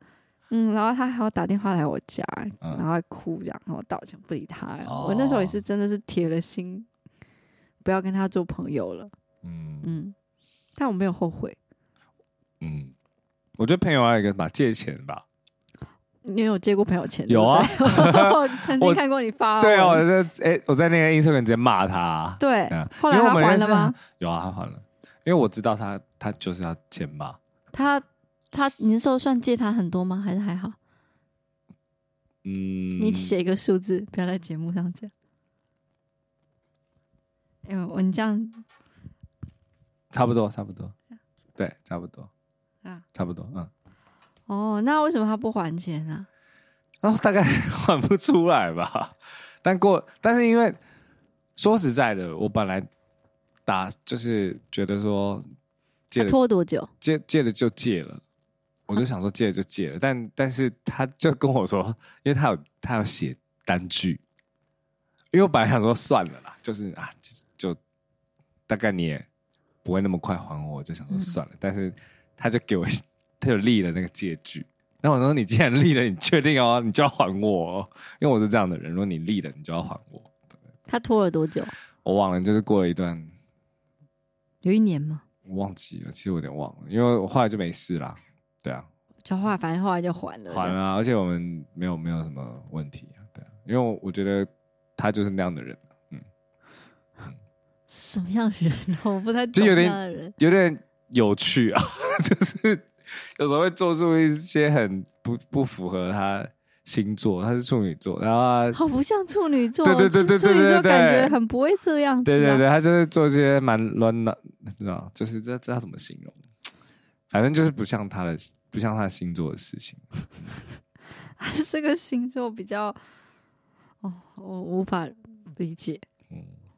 嗯，然后他还要打电话来我家，嗯然后还哭这样，然后道歉不理他。哦我那时候也是真的是铁了心，不要跟他做朋友了。嗯嗯，但我没有后悔。嗯，我觉得朋友还有一个吧，借钱吧。你有借过朋友钱？有啊对不对， [laughs] [laughs] 我曾经看过你发。对啊，我，在哎、我在那个 Instagram 直接骂他、哦对嗯，后来因为他我们还认了识吗？有啊，他还了，因为我知道他他就是要欠骂，他他，你那时候算借他很多吗？还是还好？嗯，你写一个数字，不要在节目上讲。哎呦，我你这样差不多差不多，对，差不多啊，差不多，嗯，哦，那为什么他不还钱啊？然后大概 [laughs] 还不出来吧，但过，但是因为说实在的，我本来打就是觉得说借他了拖多久？借借了就借了，我就想说借了就借了，但但是他就跟我说，因为他有他有写单据，因为我本来想说算了啦，就是啊就就大概你也不会那么快还我，我就想说算了，但是他就给我他就立了那个借据，那我说你既然立了，你确定哦，你就要还我、哦，因为我是这样的人，如果你立了，你就要还我。他拖了多久？我忘了，就是过了一段，有一年吗？我忘记了，其实我有点忘了，因为我后来就没事啦，对啊。就后来，反正后来就还了。还啊，而且我们没有没有什么问题啊，对啊，因为我我觉得他就是那样的人，啊什么样的人啊？我不太就懂有那点样的人。有点有趣啊， [laughs] 就是有时候会做出一些很不不符合他星座，他是处女座，然后啊 [laughs] 他好不像处女座，对对对对对处女座对对对感觉很不会这样子、啊。对对对，他就是做一些蛮乱的，知道，就是这这要怎 [laughs] 么形容？反正就是不像他的，不像他星座的事情。 [laughs] 这个星座比较，哦，我无法理解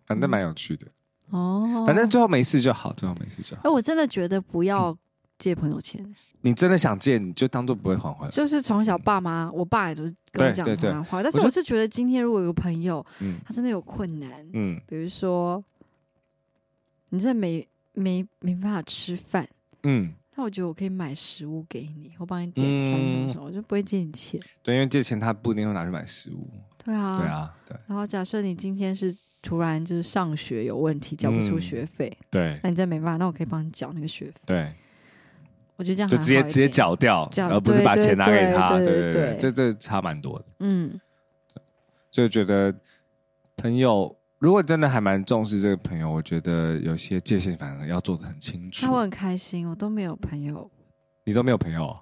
反正蛮有趣的。嗯哦。反正最后没事就好，最后没事就好哎，。我真的觉得不要借朋友钱，你真的想借，你就当做不会还回来。就是从小爸妈，我爸也都是跟我对讲对同对样话，但我是就我是觉得今天如果有个朋友嗯他真的有困难，嗯比如说你真的没没没办法吃饭，嗯，那我觉得我可以买食物给你，我帮你点餐什么嗯什么，我就不会借你钱。对，因为借钱他不一定会拿去买食物。对啊，对。啊，对然后假设你今天是突然就是上学有问题，缴不出嗯学费，对那你真没办法，那我可以帮你缴那个学费。对，我觉得这样就还直接好一直接点。缴掉，缴而不是把对对钱拿给他。对对对对对对，这这差蛮多的。嗯，就觉得朋友如果真的还蛮重视这个朋友，我觉得有些界限反而要做的很清楚那。我很开心，我都没有朋友你都没有朋友哦，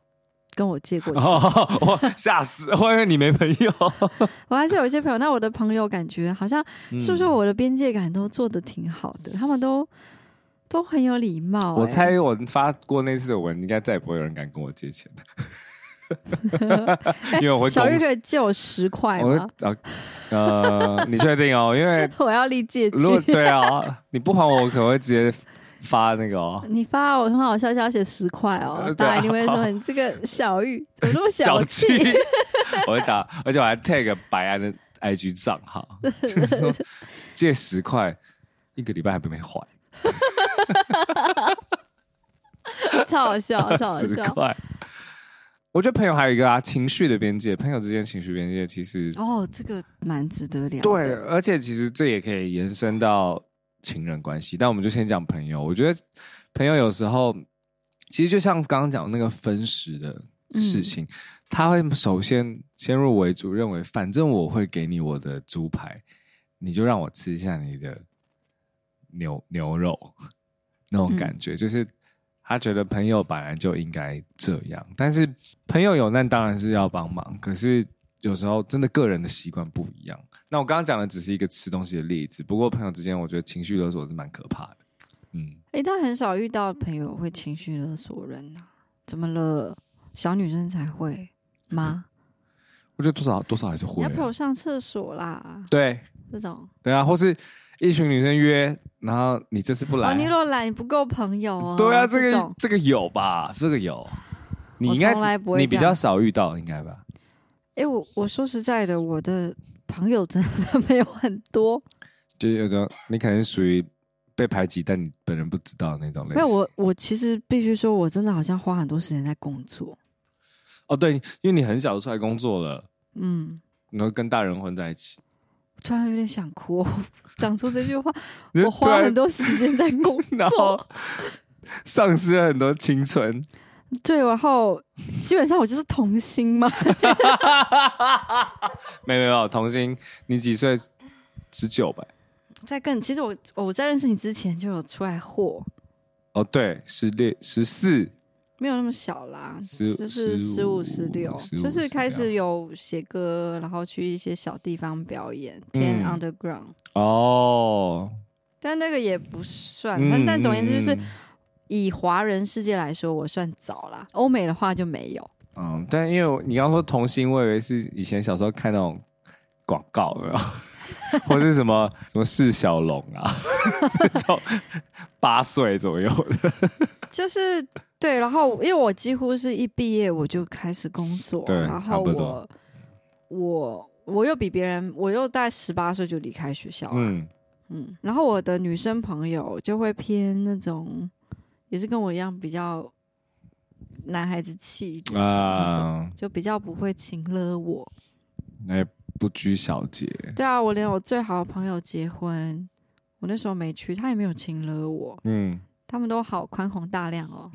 跟我借过钱，哦 [laughs] 我吓死，我以为你没朋友。我还是有一些朋友。那我的朋友感觉好像 [laughs] 嗯是不是我的边界感都做的挺好的？他们都都很有礼貌、我哎猜我发过那次的文，应该再也不会有人敢跟我借钱了， [laughs] 因为我会小玉公可司以借我十块我吗 [laughs] 会？呃呃，你确定哦？因为我要立借据如。果对啊，你不还我，我可能会直接发那 [laughs] 个哦。你发我很好笑，要写十块哦呃，[laughs] 大对啊家一定会说你这个小玉怎么那么气？气， [laughs] 我会打，而且我还 tag 白安的 IG 账号， [laughs] 就是说借十块，一个礼拜还没还， [laughs] 超好 [laughs] 笑，超哦好十笑。块。我觉得朋友还有一个啊，情绪的边界，朋友之间情绪边界其实哦，这个蛮值得聊的。对，而且其实这也可以延伸到情人关系，但我们就先讲朋友。我觉得朋友有时候其实就像刚刚讲那个分食的事情，嗯他会首先先入为主，认为反正我会给你我的猪排，你就让我吃一下你的牛牛肉嗯那种感觉，就是。他觉得朋友本来就应该这样，但是朋友有难当然是要帮忙，可是有时候真的个人的习惯不一样。那我刚刚讲的只是一个吃东西的例子，不过朋友之间，我觉得情绪勒索是蛮可怕的。嗯，哎，但很少遇到朋友会情绪勒索人啊？怎么了？小女生才会吗？我觉得多少多少还是你会、要陪啊我。上厕所啦，对这种。对啊，或是一群女生约，然后你这次不来啊哦，，你若懒，你不够朋友哦。对啊，这个种这个有吧？这个有，你应该我从来不会你比这样较少遇到，应该吧？哎、我我说实在的，我的朋友真的 [laughs] 没有很多，就有的你可能属于被排挤，但你本人不知道的那种类没型。有我我其实必须说，我真的好像花很多时间在工作，哦，对，因为你很小就出来工作了，嗯，然后跟大人混在一起，突然有点想哭，讲出这句话， [laughs] 你就我突花然很多时间在工啊 [laughs] 然后作，丧失了很多青春。对，然后基本上我就是童星嘛， [laughs] 没有没有，童星，你几岁？十九吧。在更其实我我在认识你之前就有出来货，哦，对，十六、十四、没有那么小啦，十就是十五、十六， 15就是开始16有写歌，然后去一些小地方表演，偏嗯 underground。哦，但那个也不算，嗯但但总而言之，就是嗯以华人世界来说，我算早啦。欧美的话就没有，嗯，嗯但因为我你刚说童星，我以为是以前小时候看那种广告，有没 [laughs] 有或是什么什么释小龙啊， [laughs] 那种八岁左右的，就是对。然后因为我几乎是一毕业我就开始工作，对然差后不我多我我又比别人，我又大概十八岁就离开学校了，嗯嗯，然后我的女生朋友就会偏那种，也是跟我一样比较男孩子气一点，啊，就比较不会请了我。那不拘小节，对啊，我连我最好的朋友结婚，我那时候没去，他也没有请了我，嗯，他们都好宽宏大量哦。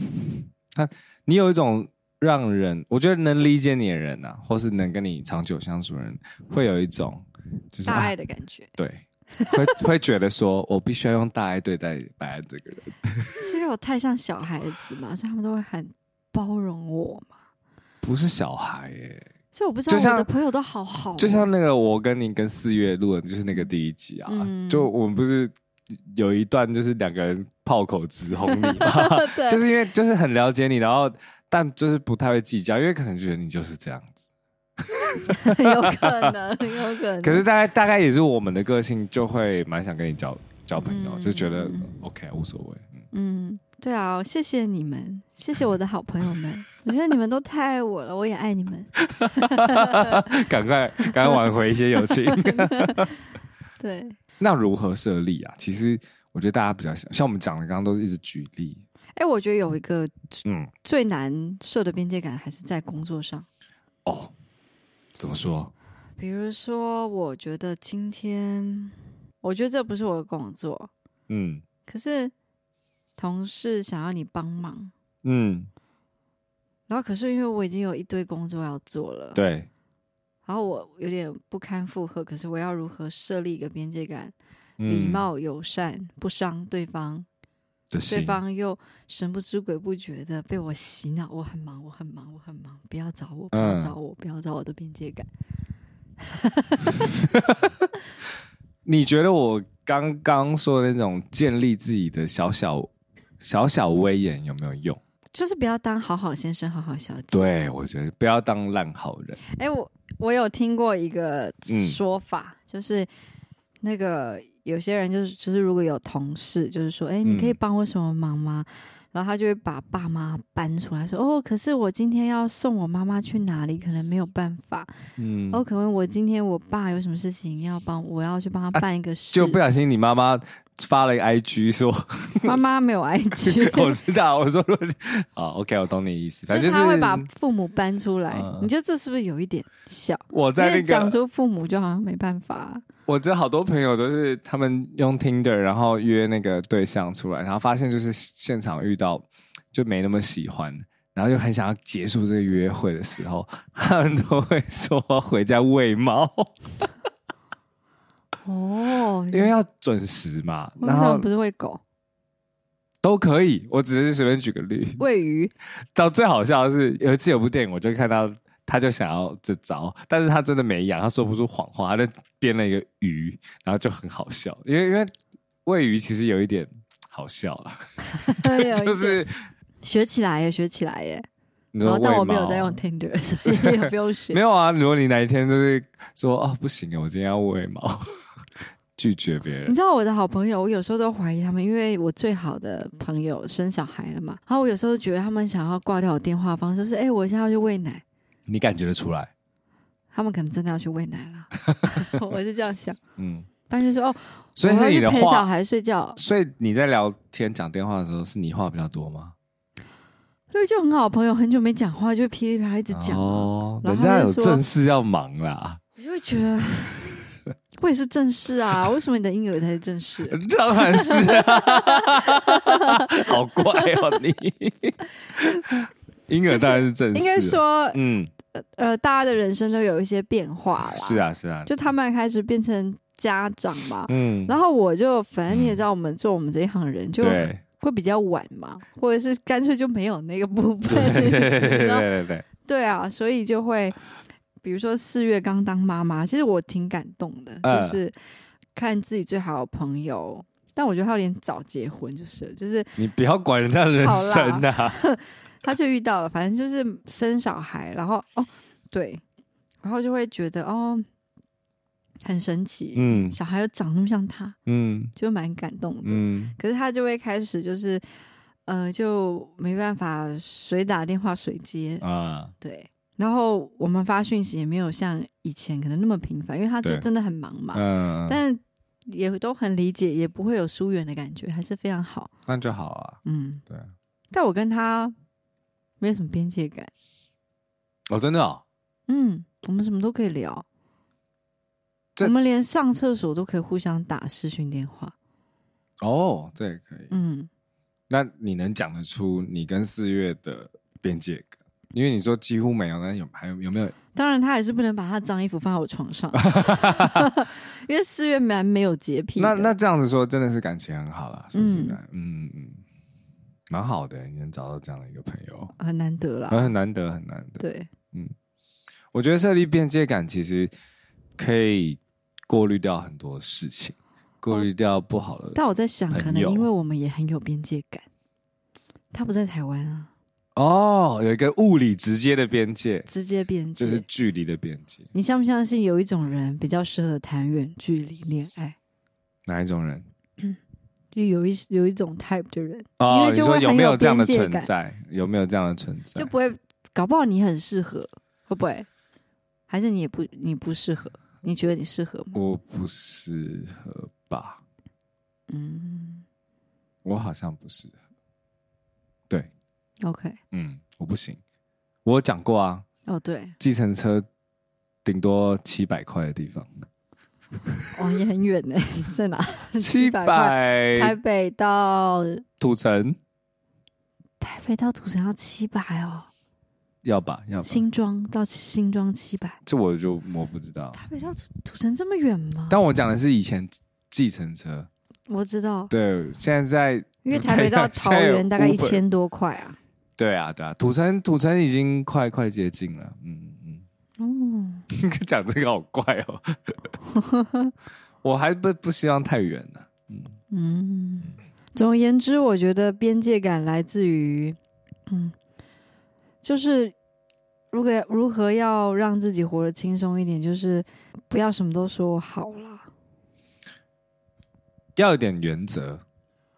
你有一种让人，我觉得能理解你的人啊，或是能跟你长久相处的人，会有一种就是大爱啊，的感觉。对，会 [laughs] 会觉得说我必须要用大爱对待白安这个人。是因为我太像小孩子嘛，所以他们都会很包容我嘛。不是小孩耶、所以我不知就道像我的朋友都好好哦、就像那个我跟你跟四月录的就是那个第一集啊，嗯就我们不是有一段就是两个人炮口直轰你 [laughs] 嘛， [laughs] 对，就是因为就是很了解你，然后但就是不太会计较，因为可能觉得你就是这样子，有可能，有可能。可是大概大概也是我们的个性，就会蛮想跟你交交朋友，嗯就觉得 OK 无所谓。 [laughs] 嗯嗯，对啊，谢谢你们，谢谢我的好朋友们，我觉得你们都太爱我了，我也爱你们。赶快赶快挽回一些友 [laughs] 情。对，那如何设立啊？其实我觉得大家比较想像我们讲的，刚刚都是一直举例。哎，我觉得有一个嗯，最难设的边界感还是在工作上。哦，怎么说？比如说，我觉得今天，我觉得这不是我的工作，嗯可是同事想要你帮忙，嗯，然后可是因为我已经有一堆工作要做了，对，然后我有点不堪负荷，可是我要如何设立一个边界感，嗯礼貌友善，不伤对方，的对心，方又神不知鬼不觉的被我洗脑，我很忙，我很忙，我很忙，不要找我，不要嗯找我，不要找我的边界感。你觉得我刚刚说的那种建立自己的小小小小威严有没有用？就是不要当好好先生、好好小姐。对，我觉得不要当烂好人。哎、我我有听过一个嗯说法，就是那个有些人就是就是如果有同事，就是说，哎、你可以嗯帮我什么忙吗？然后他就会把爸妈搬出来说，哦，可是我今天要送我妈妈去哪里，可能没有办法。嗯哦，可能我今天我爸有什么事情要帮，我要去帮他办一个事。啊就不小心你妈妈发了一个 IG 说， [laughs] 妈妈没有我 [laughs] IG。知道，我说啊 OK，我懂你意哦思，反就正是就他会把是父母搬出来，嗯你觉得这是不是有一点小？我因在那为讲个，出父母就好像没办法啊、我这好多朋友都是他们用 Tinder，然后约那个对象出来，然后发现就是现场遇到就没那么喜欢。然后就很想要结束这个约会的时候， [laughs] 他们都会说回家 [laughs] 喂猫，哦，因为要准时嘛。为然什么后不是喂狗、都可以，我只是随便举个例。喂鱼？到最好笑的是，有一次有部电影，我就看到他就想要这招，但是他真的没养，他说不出谎话，他就编了一个鱼，然后就很好笑，因为因为喂鱼其实有一点好笑啊有了，[laughs] 啊一点就是学起来耶，学起来耶。你然说后，哦但喂我没有猫在用 Tinder，所以 [laughs] 也不用学。没有啊，如果你哪一天就是说哦不行，我今天要喂猫， [laughs] 拒绝别你人，知道我的好朋友，我有时候都怀疑他们，因为我最好的朋友生小孩了嘛，然后我有时候觉得他们想要挂掉我电话方式，就是哎、我现在要去喂奶，你感觉得出来，他们可能真的要去喂奶了， [laughs] 我是这样想。嗯，但是说哦，所以我要是你去的陪小话，孩睡觉，所以你在聊天讲电话的时候，是你话比较多吗？所以就很好朋友，很久没讲话，就噼里啪啦一直讲啊，哦，然人后家他就有说正事要忙啦。我就会觉得 [laughs] 我也是正事啊，为什么你的婴儿才是正事？ [laughs] 当然是、啊， [laughs] 好怪哦你。 [laughs] 婴儿当然是正式，啊应该，说，嗯，呃，大家的人生都有一些变化啦。是，啊是啊，就他们开始变成家长嘛。嗯，然后我就，反正你也知道，我们做我们这一行人就对 [laughs] 会比较晚嘛，或者是干脆就没有那个部分，对对 [laughs] 对对然后对对，对啊，所以就会，比如说四月刚当妈妈，其实我挺感动的，嗯就是看自己最好的朋友，但我觉得他有点早结婚，就是了就是你不要管人家人生啊呐、他就遇到了，反正就是生小孩，然后哦，对，然后就会觉得哦，很神奇，嗯小孩又长那么像他，嗯就蛮感动的。嗯，可是他就会开始就是，呃，就没办法谁打电话谁接，啊，对。然后我们发讯息也没有像以前可能那么频繁，因为他就对真的很忙嘛，嗯，但也都很理解，也不会有疏远的感觉，还是非常好。那就好啊。嗯，对。但我跟他没有什么边界感。哦，真的哦，嗯，我们什么都可以聊，这我们连上厕所都可以互相打视讯电话。哦，这也可以。嗯，那你能讲得出你跟四月的边界感？因为你说几乎没有，那有还有有没有？当然他也是不能把他脏衣服放在我床 [laughs] 上，因为四月蛮没有洁癖那的。那这样子说，真的是感情很好啦。说实嗯在，嗯嗯，蛮好的，你能找到这样的一个朋友，很难得啦。很很难得，很难得。对，我觉得设立边界感其实可以过滤掉很多事情，过滤掉不好的。但我在想，可朋能友因为我们也很有边界感。他不在台湾啊，哦，有一个物理直接的边界，直接边界。就是距离的边界。你相不相信有一种人比较适合谈远距离恋爱？哪一种人？就有一有一种 type 的人，因哦，为你就说会有很没有这样的边界存感，在？有没有这样的存在就？不会，搞不好你很适合，会不会？还是你也不你不适合？嗯你觉得你适合吗？我不适合吧？嗯我好像不适合。对， ，OK，嗯，我不行。我有讲过啊，哦对，计程车顶多七百块的地 [laughs] 方，哦也很 [laughs] 远呢，在哪？700块台百北到土城台北到土城要七百哦，要吧要吧，新庄到新庄七百，这我就我不知道。台北到土土城这么远吗？但我讲的是以前计程车，我知道，对，现在在因为台北 [laughs] 到桃园大概一啊现在有 Uber 千多块啊。对啊对啊，土城土城已经快快接近了，嗯嗯。 [laughs] 哦，讲这个好怪哦，我还不不希望太远啊呢、嗯，总而言之，我觉得边界感来自于，嗯，就是如果如何要让自己活得轻松一点，就是不要什么都说好啦。要有点原则。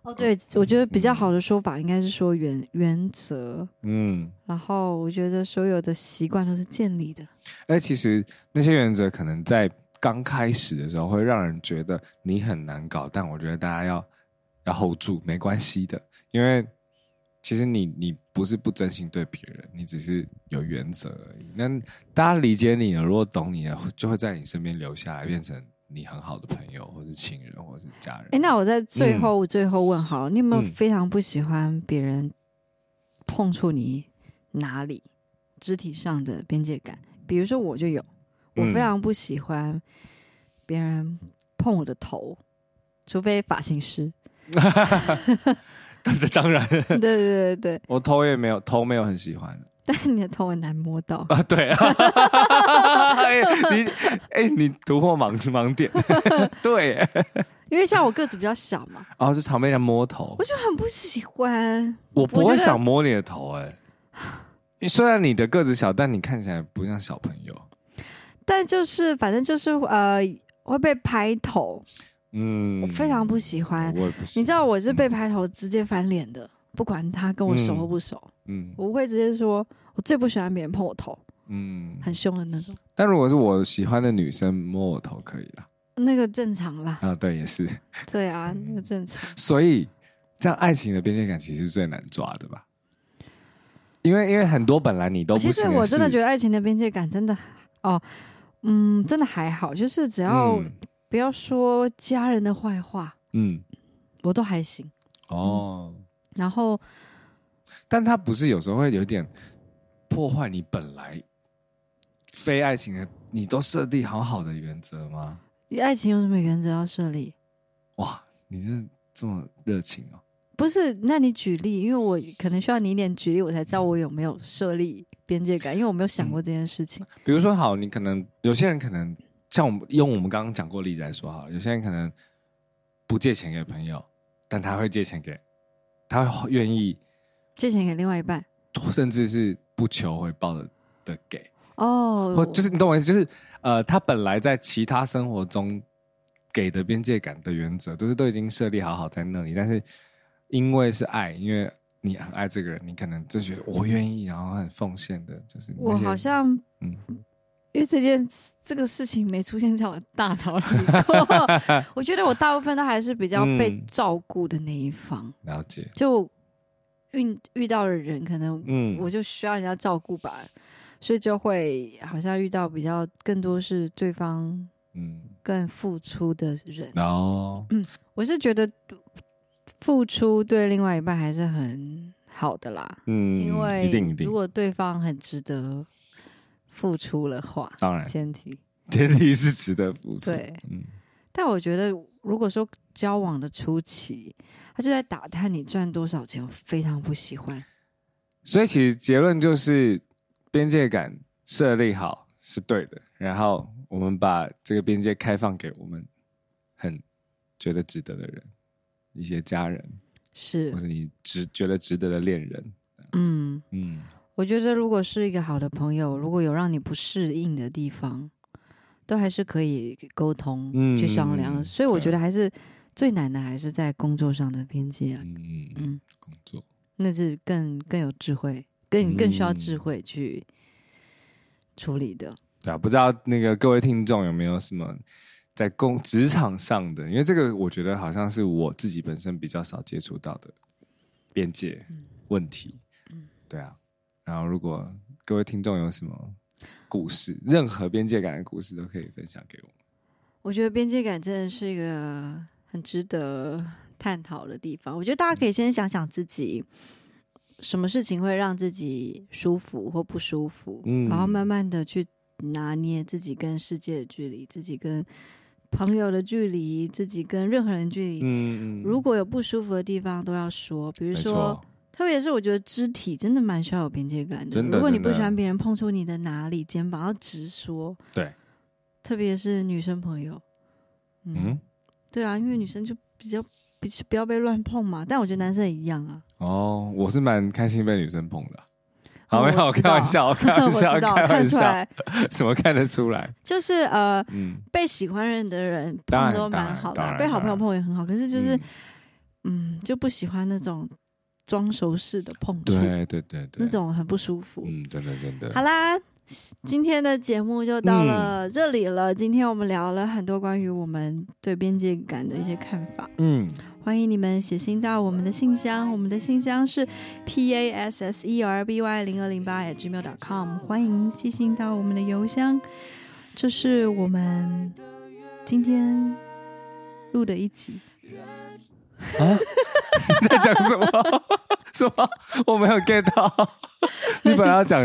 哦，对，我觉得比较好的说法应该是说原原则，嗯，然后我觉得所有的习惯都是建立的。而哎其实那些原则可能在刚开始的时候会让人觉得你很难搞，但我觉得大家要要 hold 住，没关系的，因为其实你你不是不真心对别人，你只是有原则而已。那大家理解你了，如果懂你了，就会在你身边留下来，变成你很好的朋友，或是亲人，或是家人。哎， [laughs] 那我在最嗯后、最后问好了，你有没有嗯非常不喜欢别人碰触你哪里肢体上的边界感？比如说我就有，我嗯非常不喜欢别人碰我的头，除非发型师。 [laughs] 这当然。对对 [laughs] 对对，我头也没有，头没有很喜欢但你的头很难摸到。啊。对啊， [laughs] 哎你哎、你突破盲盲点， [laughs] 对，因为像我个子比较小嘛，然后就常被人家摸头我，就很不喜欢。我不我觉会得想摸你的头、哎， [laughs] 虽然你的个子小，但你看起来不像小朋友。但就是反正就是呃会被拍头，嗯，我非常不喜欢。我也不喜欢你知道我是被拍头直接翻脸的，不管他跟我熟或不熟，嗯我会直接说，我最不喜欢别人碰我头，嗯，很凶的那种。但如果是我喜欢的女生摸我头，可以啦。那个正常啦，啊，对，也是， [laughs] 对啊，那个正常。所以这样爱情的边界感其实是最难抓的吧。因为因为很多本来你都其不实行我真的觉得，得爱情的边界感真的哦，嗯，真的还好，就是只要嗯不要说家人的坏话，嗯，我都还行。哦，然后但他不是有时候会有点破坏你本来非爱情的，你都设定好好的原则吗？爱情有什么原则要设立？哇，你这这么热情哦！不是，那你举例，因为我可能需要你一点举例，我才知道我有没有设立边界感，因为我没有想过这件事情。比如说，好，你可能有些人可能像我们用我们刚刚讲过的例子来说，好了，有些人可能不借钱给朋友，但他会借钱给，他会愿意，借钱给另外一半甚至是不求回报的的给。哦，或就是你懂我意思，就是呃，他本来在其他生活中给的边界感的原则，都是都已经设立好好在那里，但是因为是爱，因为你很爱这个人，你可能就觉得我愿意，然后很奉献的，就是那我些好像嗯因为这件这个事情没出现在我大脑里 [laughs] 过，我觉得我大部分都还是比较被嗯照顾的那一方，了解，就遇遇到的人可能嗯，我我就需要人家照顾吧，所以就会好像遇到比较更多是对方嗯，更付出的人，然后我是觉得付出对另外一半还是很好的啦，嗯，因为一定一定如， [laughs] 果对方很值得付出的话，当然前提。前提是值得付出，对嗯，但我觉得，如果说交往的初期，他就在打探你赚多少钱，我非常不喜欢。所以其实结论就是边界感设立好是对的，然后我们把这个边界开放给我们很觉得值得的人，一些家人是或，是你值觉得值得的恋人，子。嗯，嗯我觉得如果是一个好的朋友，如果有让你不适应的地方，都还是可以沟通、嗯去商嗯量。嗯所以我觉对得还是最难的还是在工作上的边界了，嗯嗯嗯，嗯，工作那是更更有智慧，更更需要智嗯慧去处理的。对啊，不知道那个各位听众有没有什么在工职场上的，因为这个我觉得好像是我自己本身比较少接触到的边界问题。对啊。然后如果各位听众有什么故事，任何边界感的故事都可以分享给我们。我觉得边界感真的是一个很值得探讨的地方。我觉得大家可以先想想自己什么事情会让自己舒服或不舒服，嗯然后慢慢的去拿捏自己跟世界的距离，自己跟朋友的距离，自己跟任何人距离。嗯如果有不舒服的地方，都要说，比如没说错，，特别是我觉得肢体真的蛮需要有边界感的。真的如果你真的不喜欢别人碰触你的哪里、肩膀，要直说。对，特别是女生朋友，嗯，嗯，对啊，因为女生就比较比不要被乱碰嘛。但我觉得男生也一样啊。哦，我是蛮开心被女生碰的。啊好，哦没有，我我知开道玩笑， [laughs] 我开我玩知笑，道啊开看玩得出笑，来，怎么看得出来？就是呃，嗯，被喜欢人的人当碰然都蛮当然好的当啊，然被好朋友当然碰也很好。可是就是嗯嗯就不喜欢那种装熟式的碰触，对对对对，那种很不舒服。嗯，真的真的。好啦，今天的节目就到了这里了。今天我们聊了很多关于我们对边界感的一些看法，嗯，欢迎你们写信到我们的信箱，我们的信箱是 p a s s e r b y 零二零八 at gmail.com，欢迎寄信到我们的邮箱。这是我们今天录的一集，你在讲什么？ [laughs] 什么？我没有 get 到。 [laughs] 你本来要讲，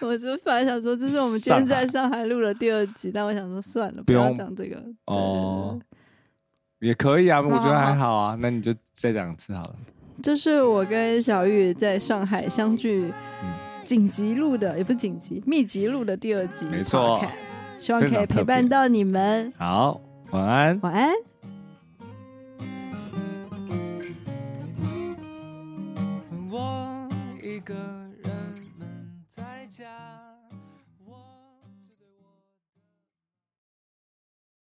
我就本来想说这是我们今天在上海录的第二集，但我想说算了，不不要用讲这个。哦对，也可以啊，好我觉得还好啊。那你就再讲一次好了。这是我跟小玉在上海相聚嗯紧急录的，也不是紧急，密集录的第二集 podcast，没错希望非可以常特陪伴别到你们。好，晚安。晚安。我一个人闷在家。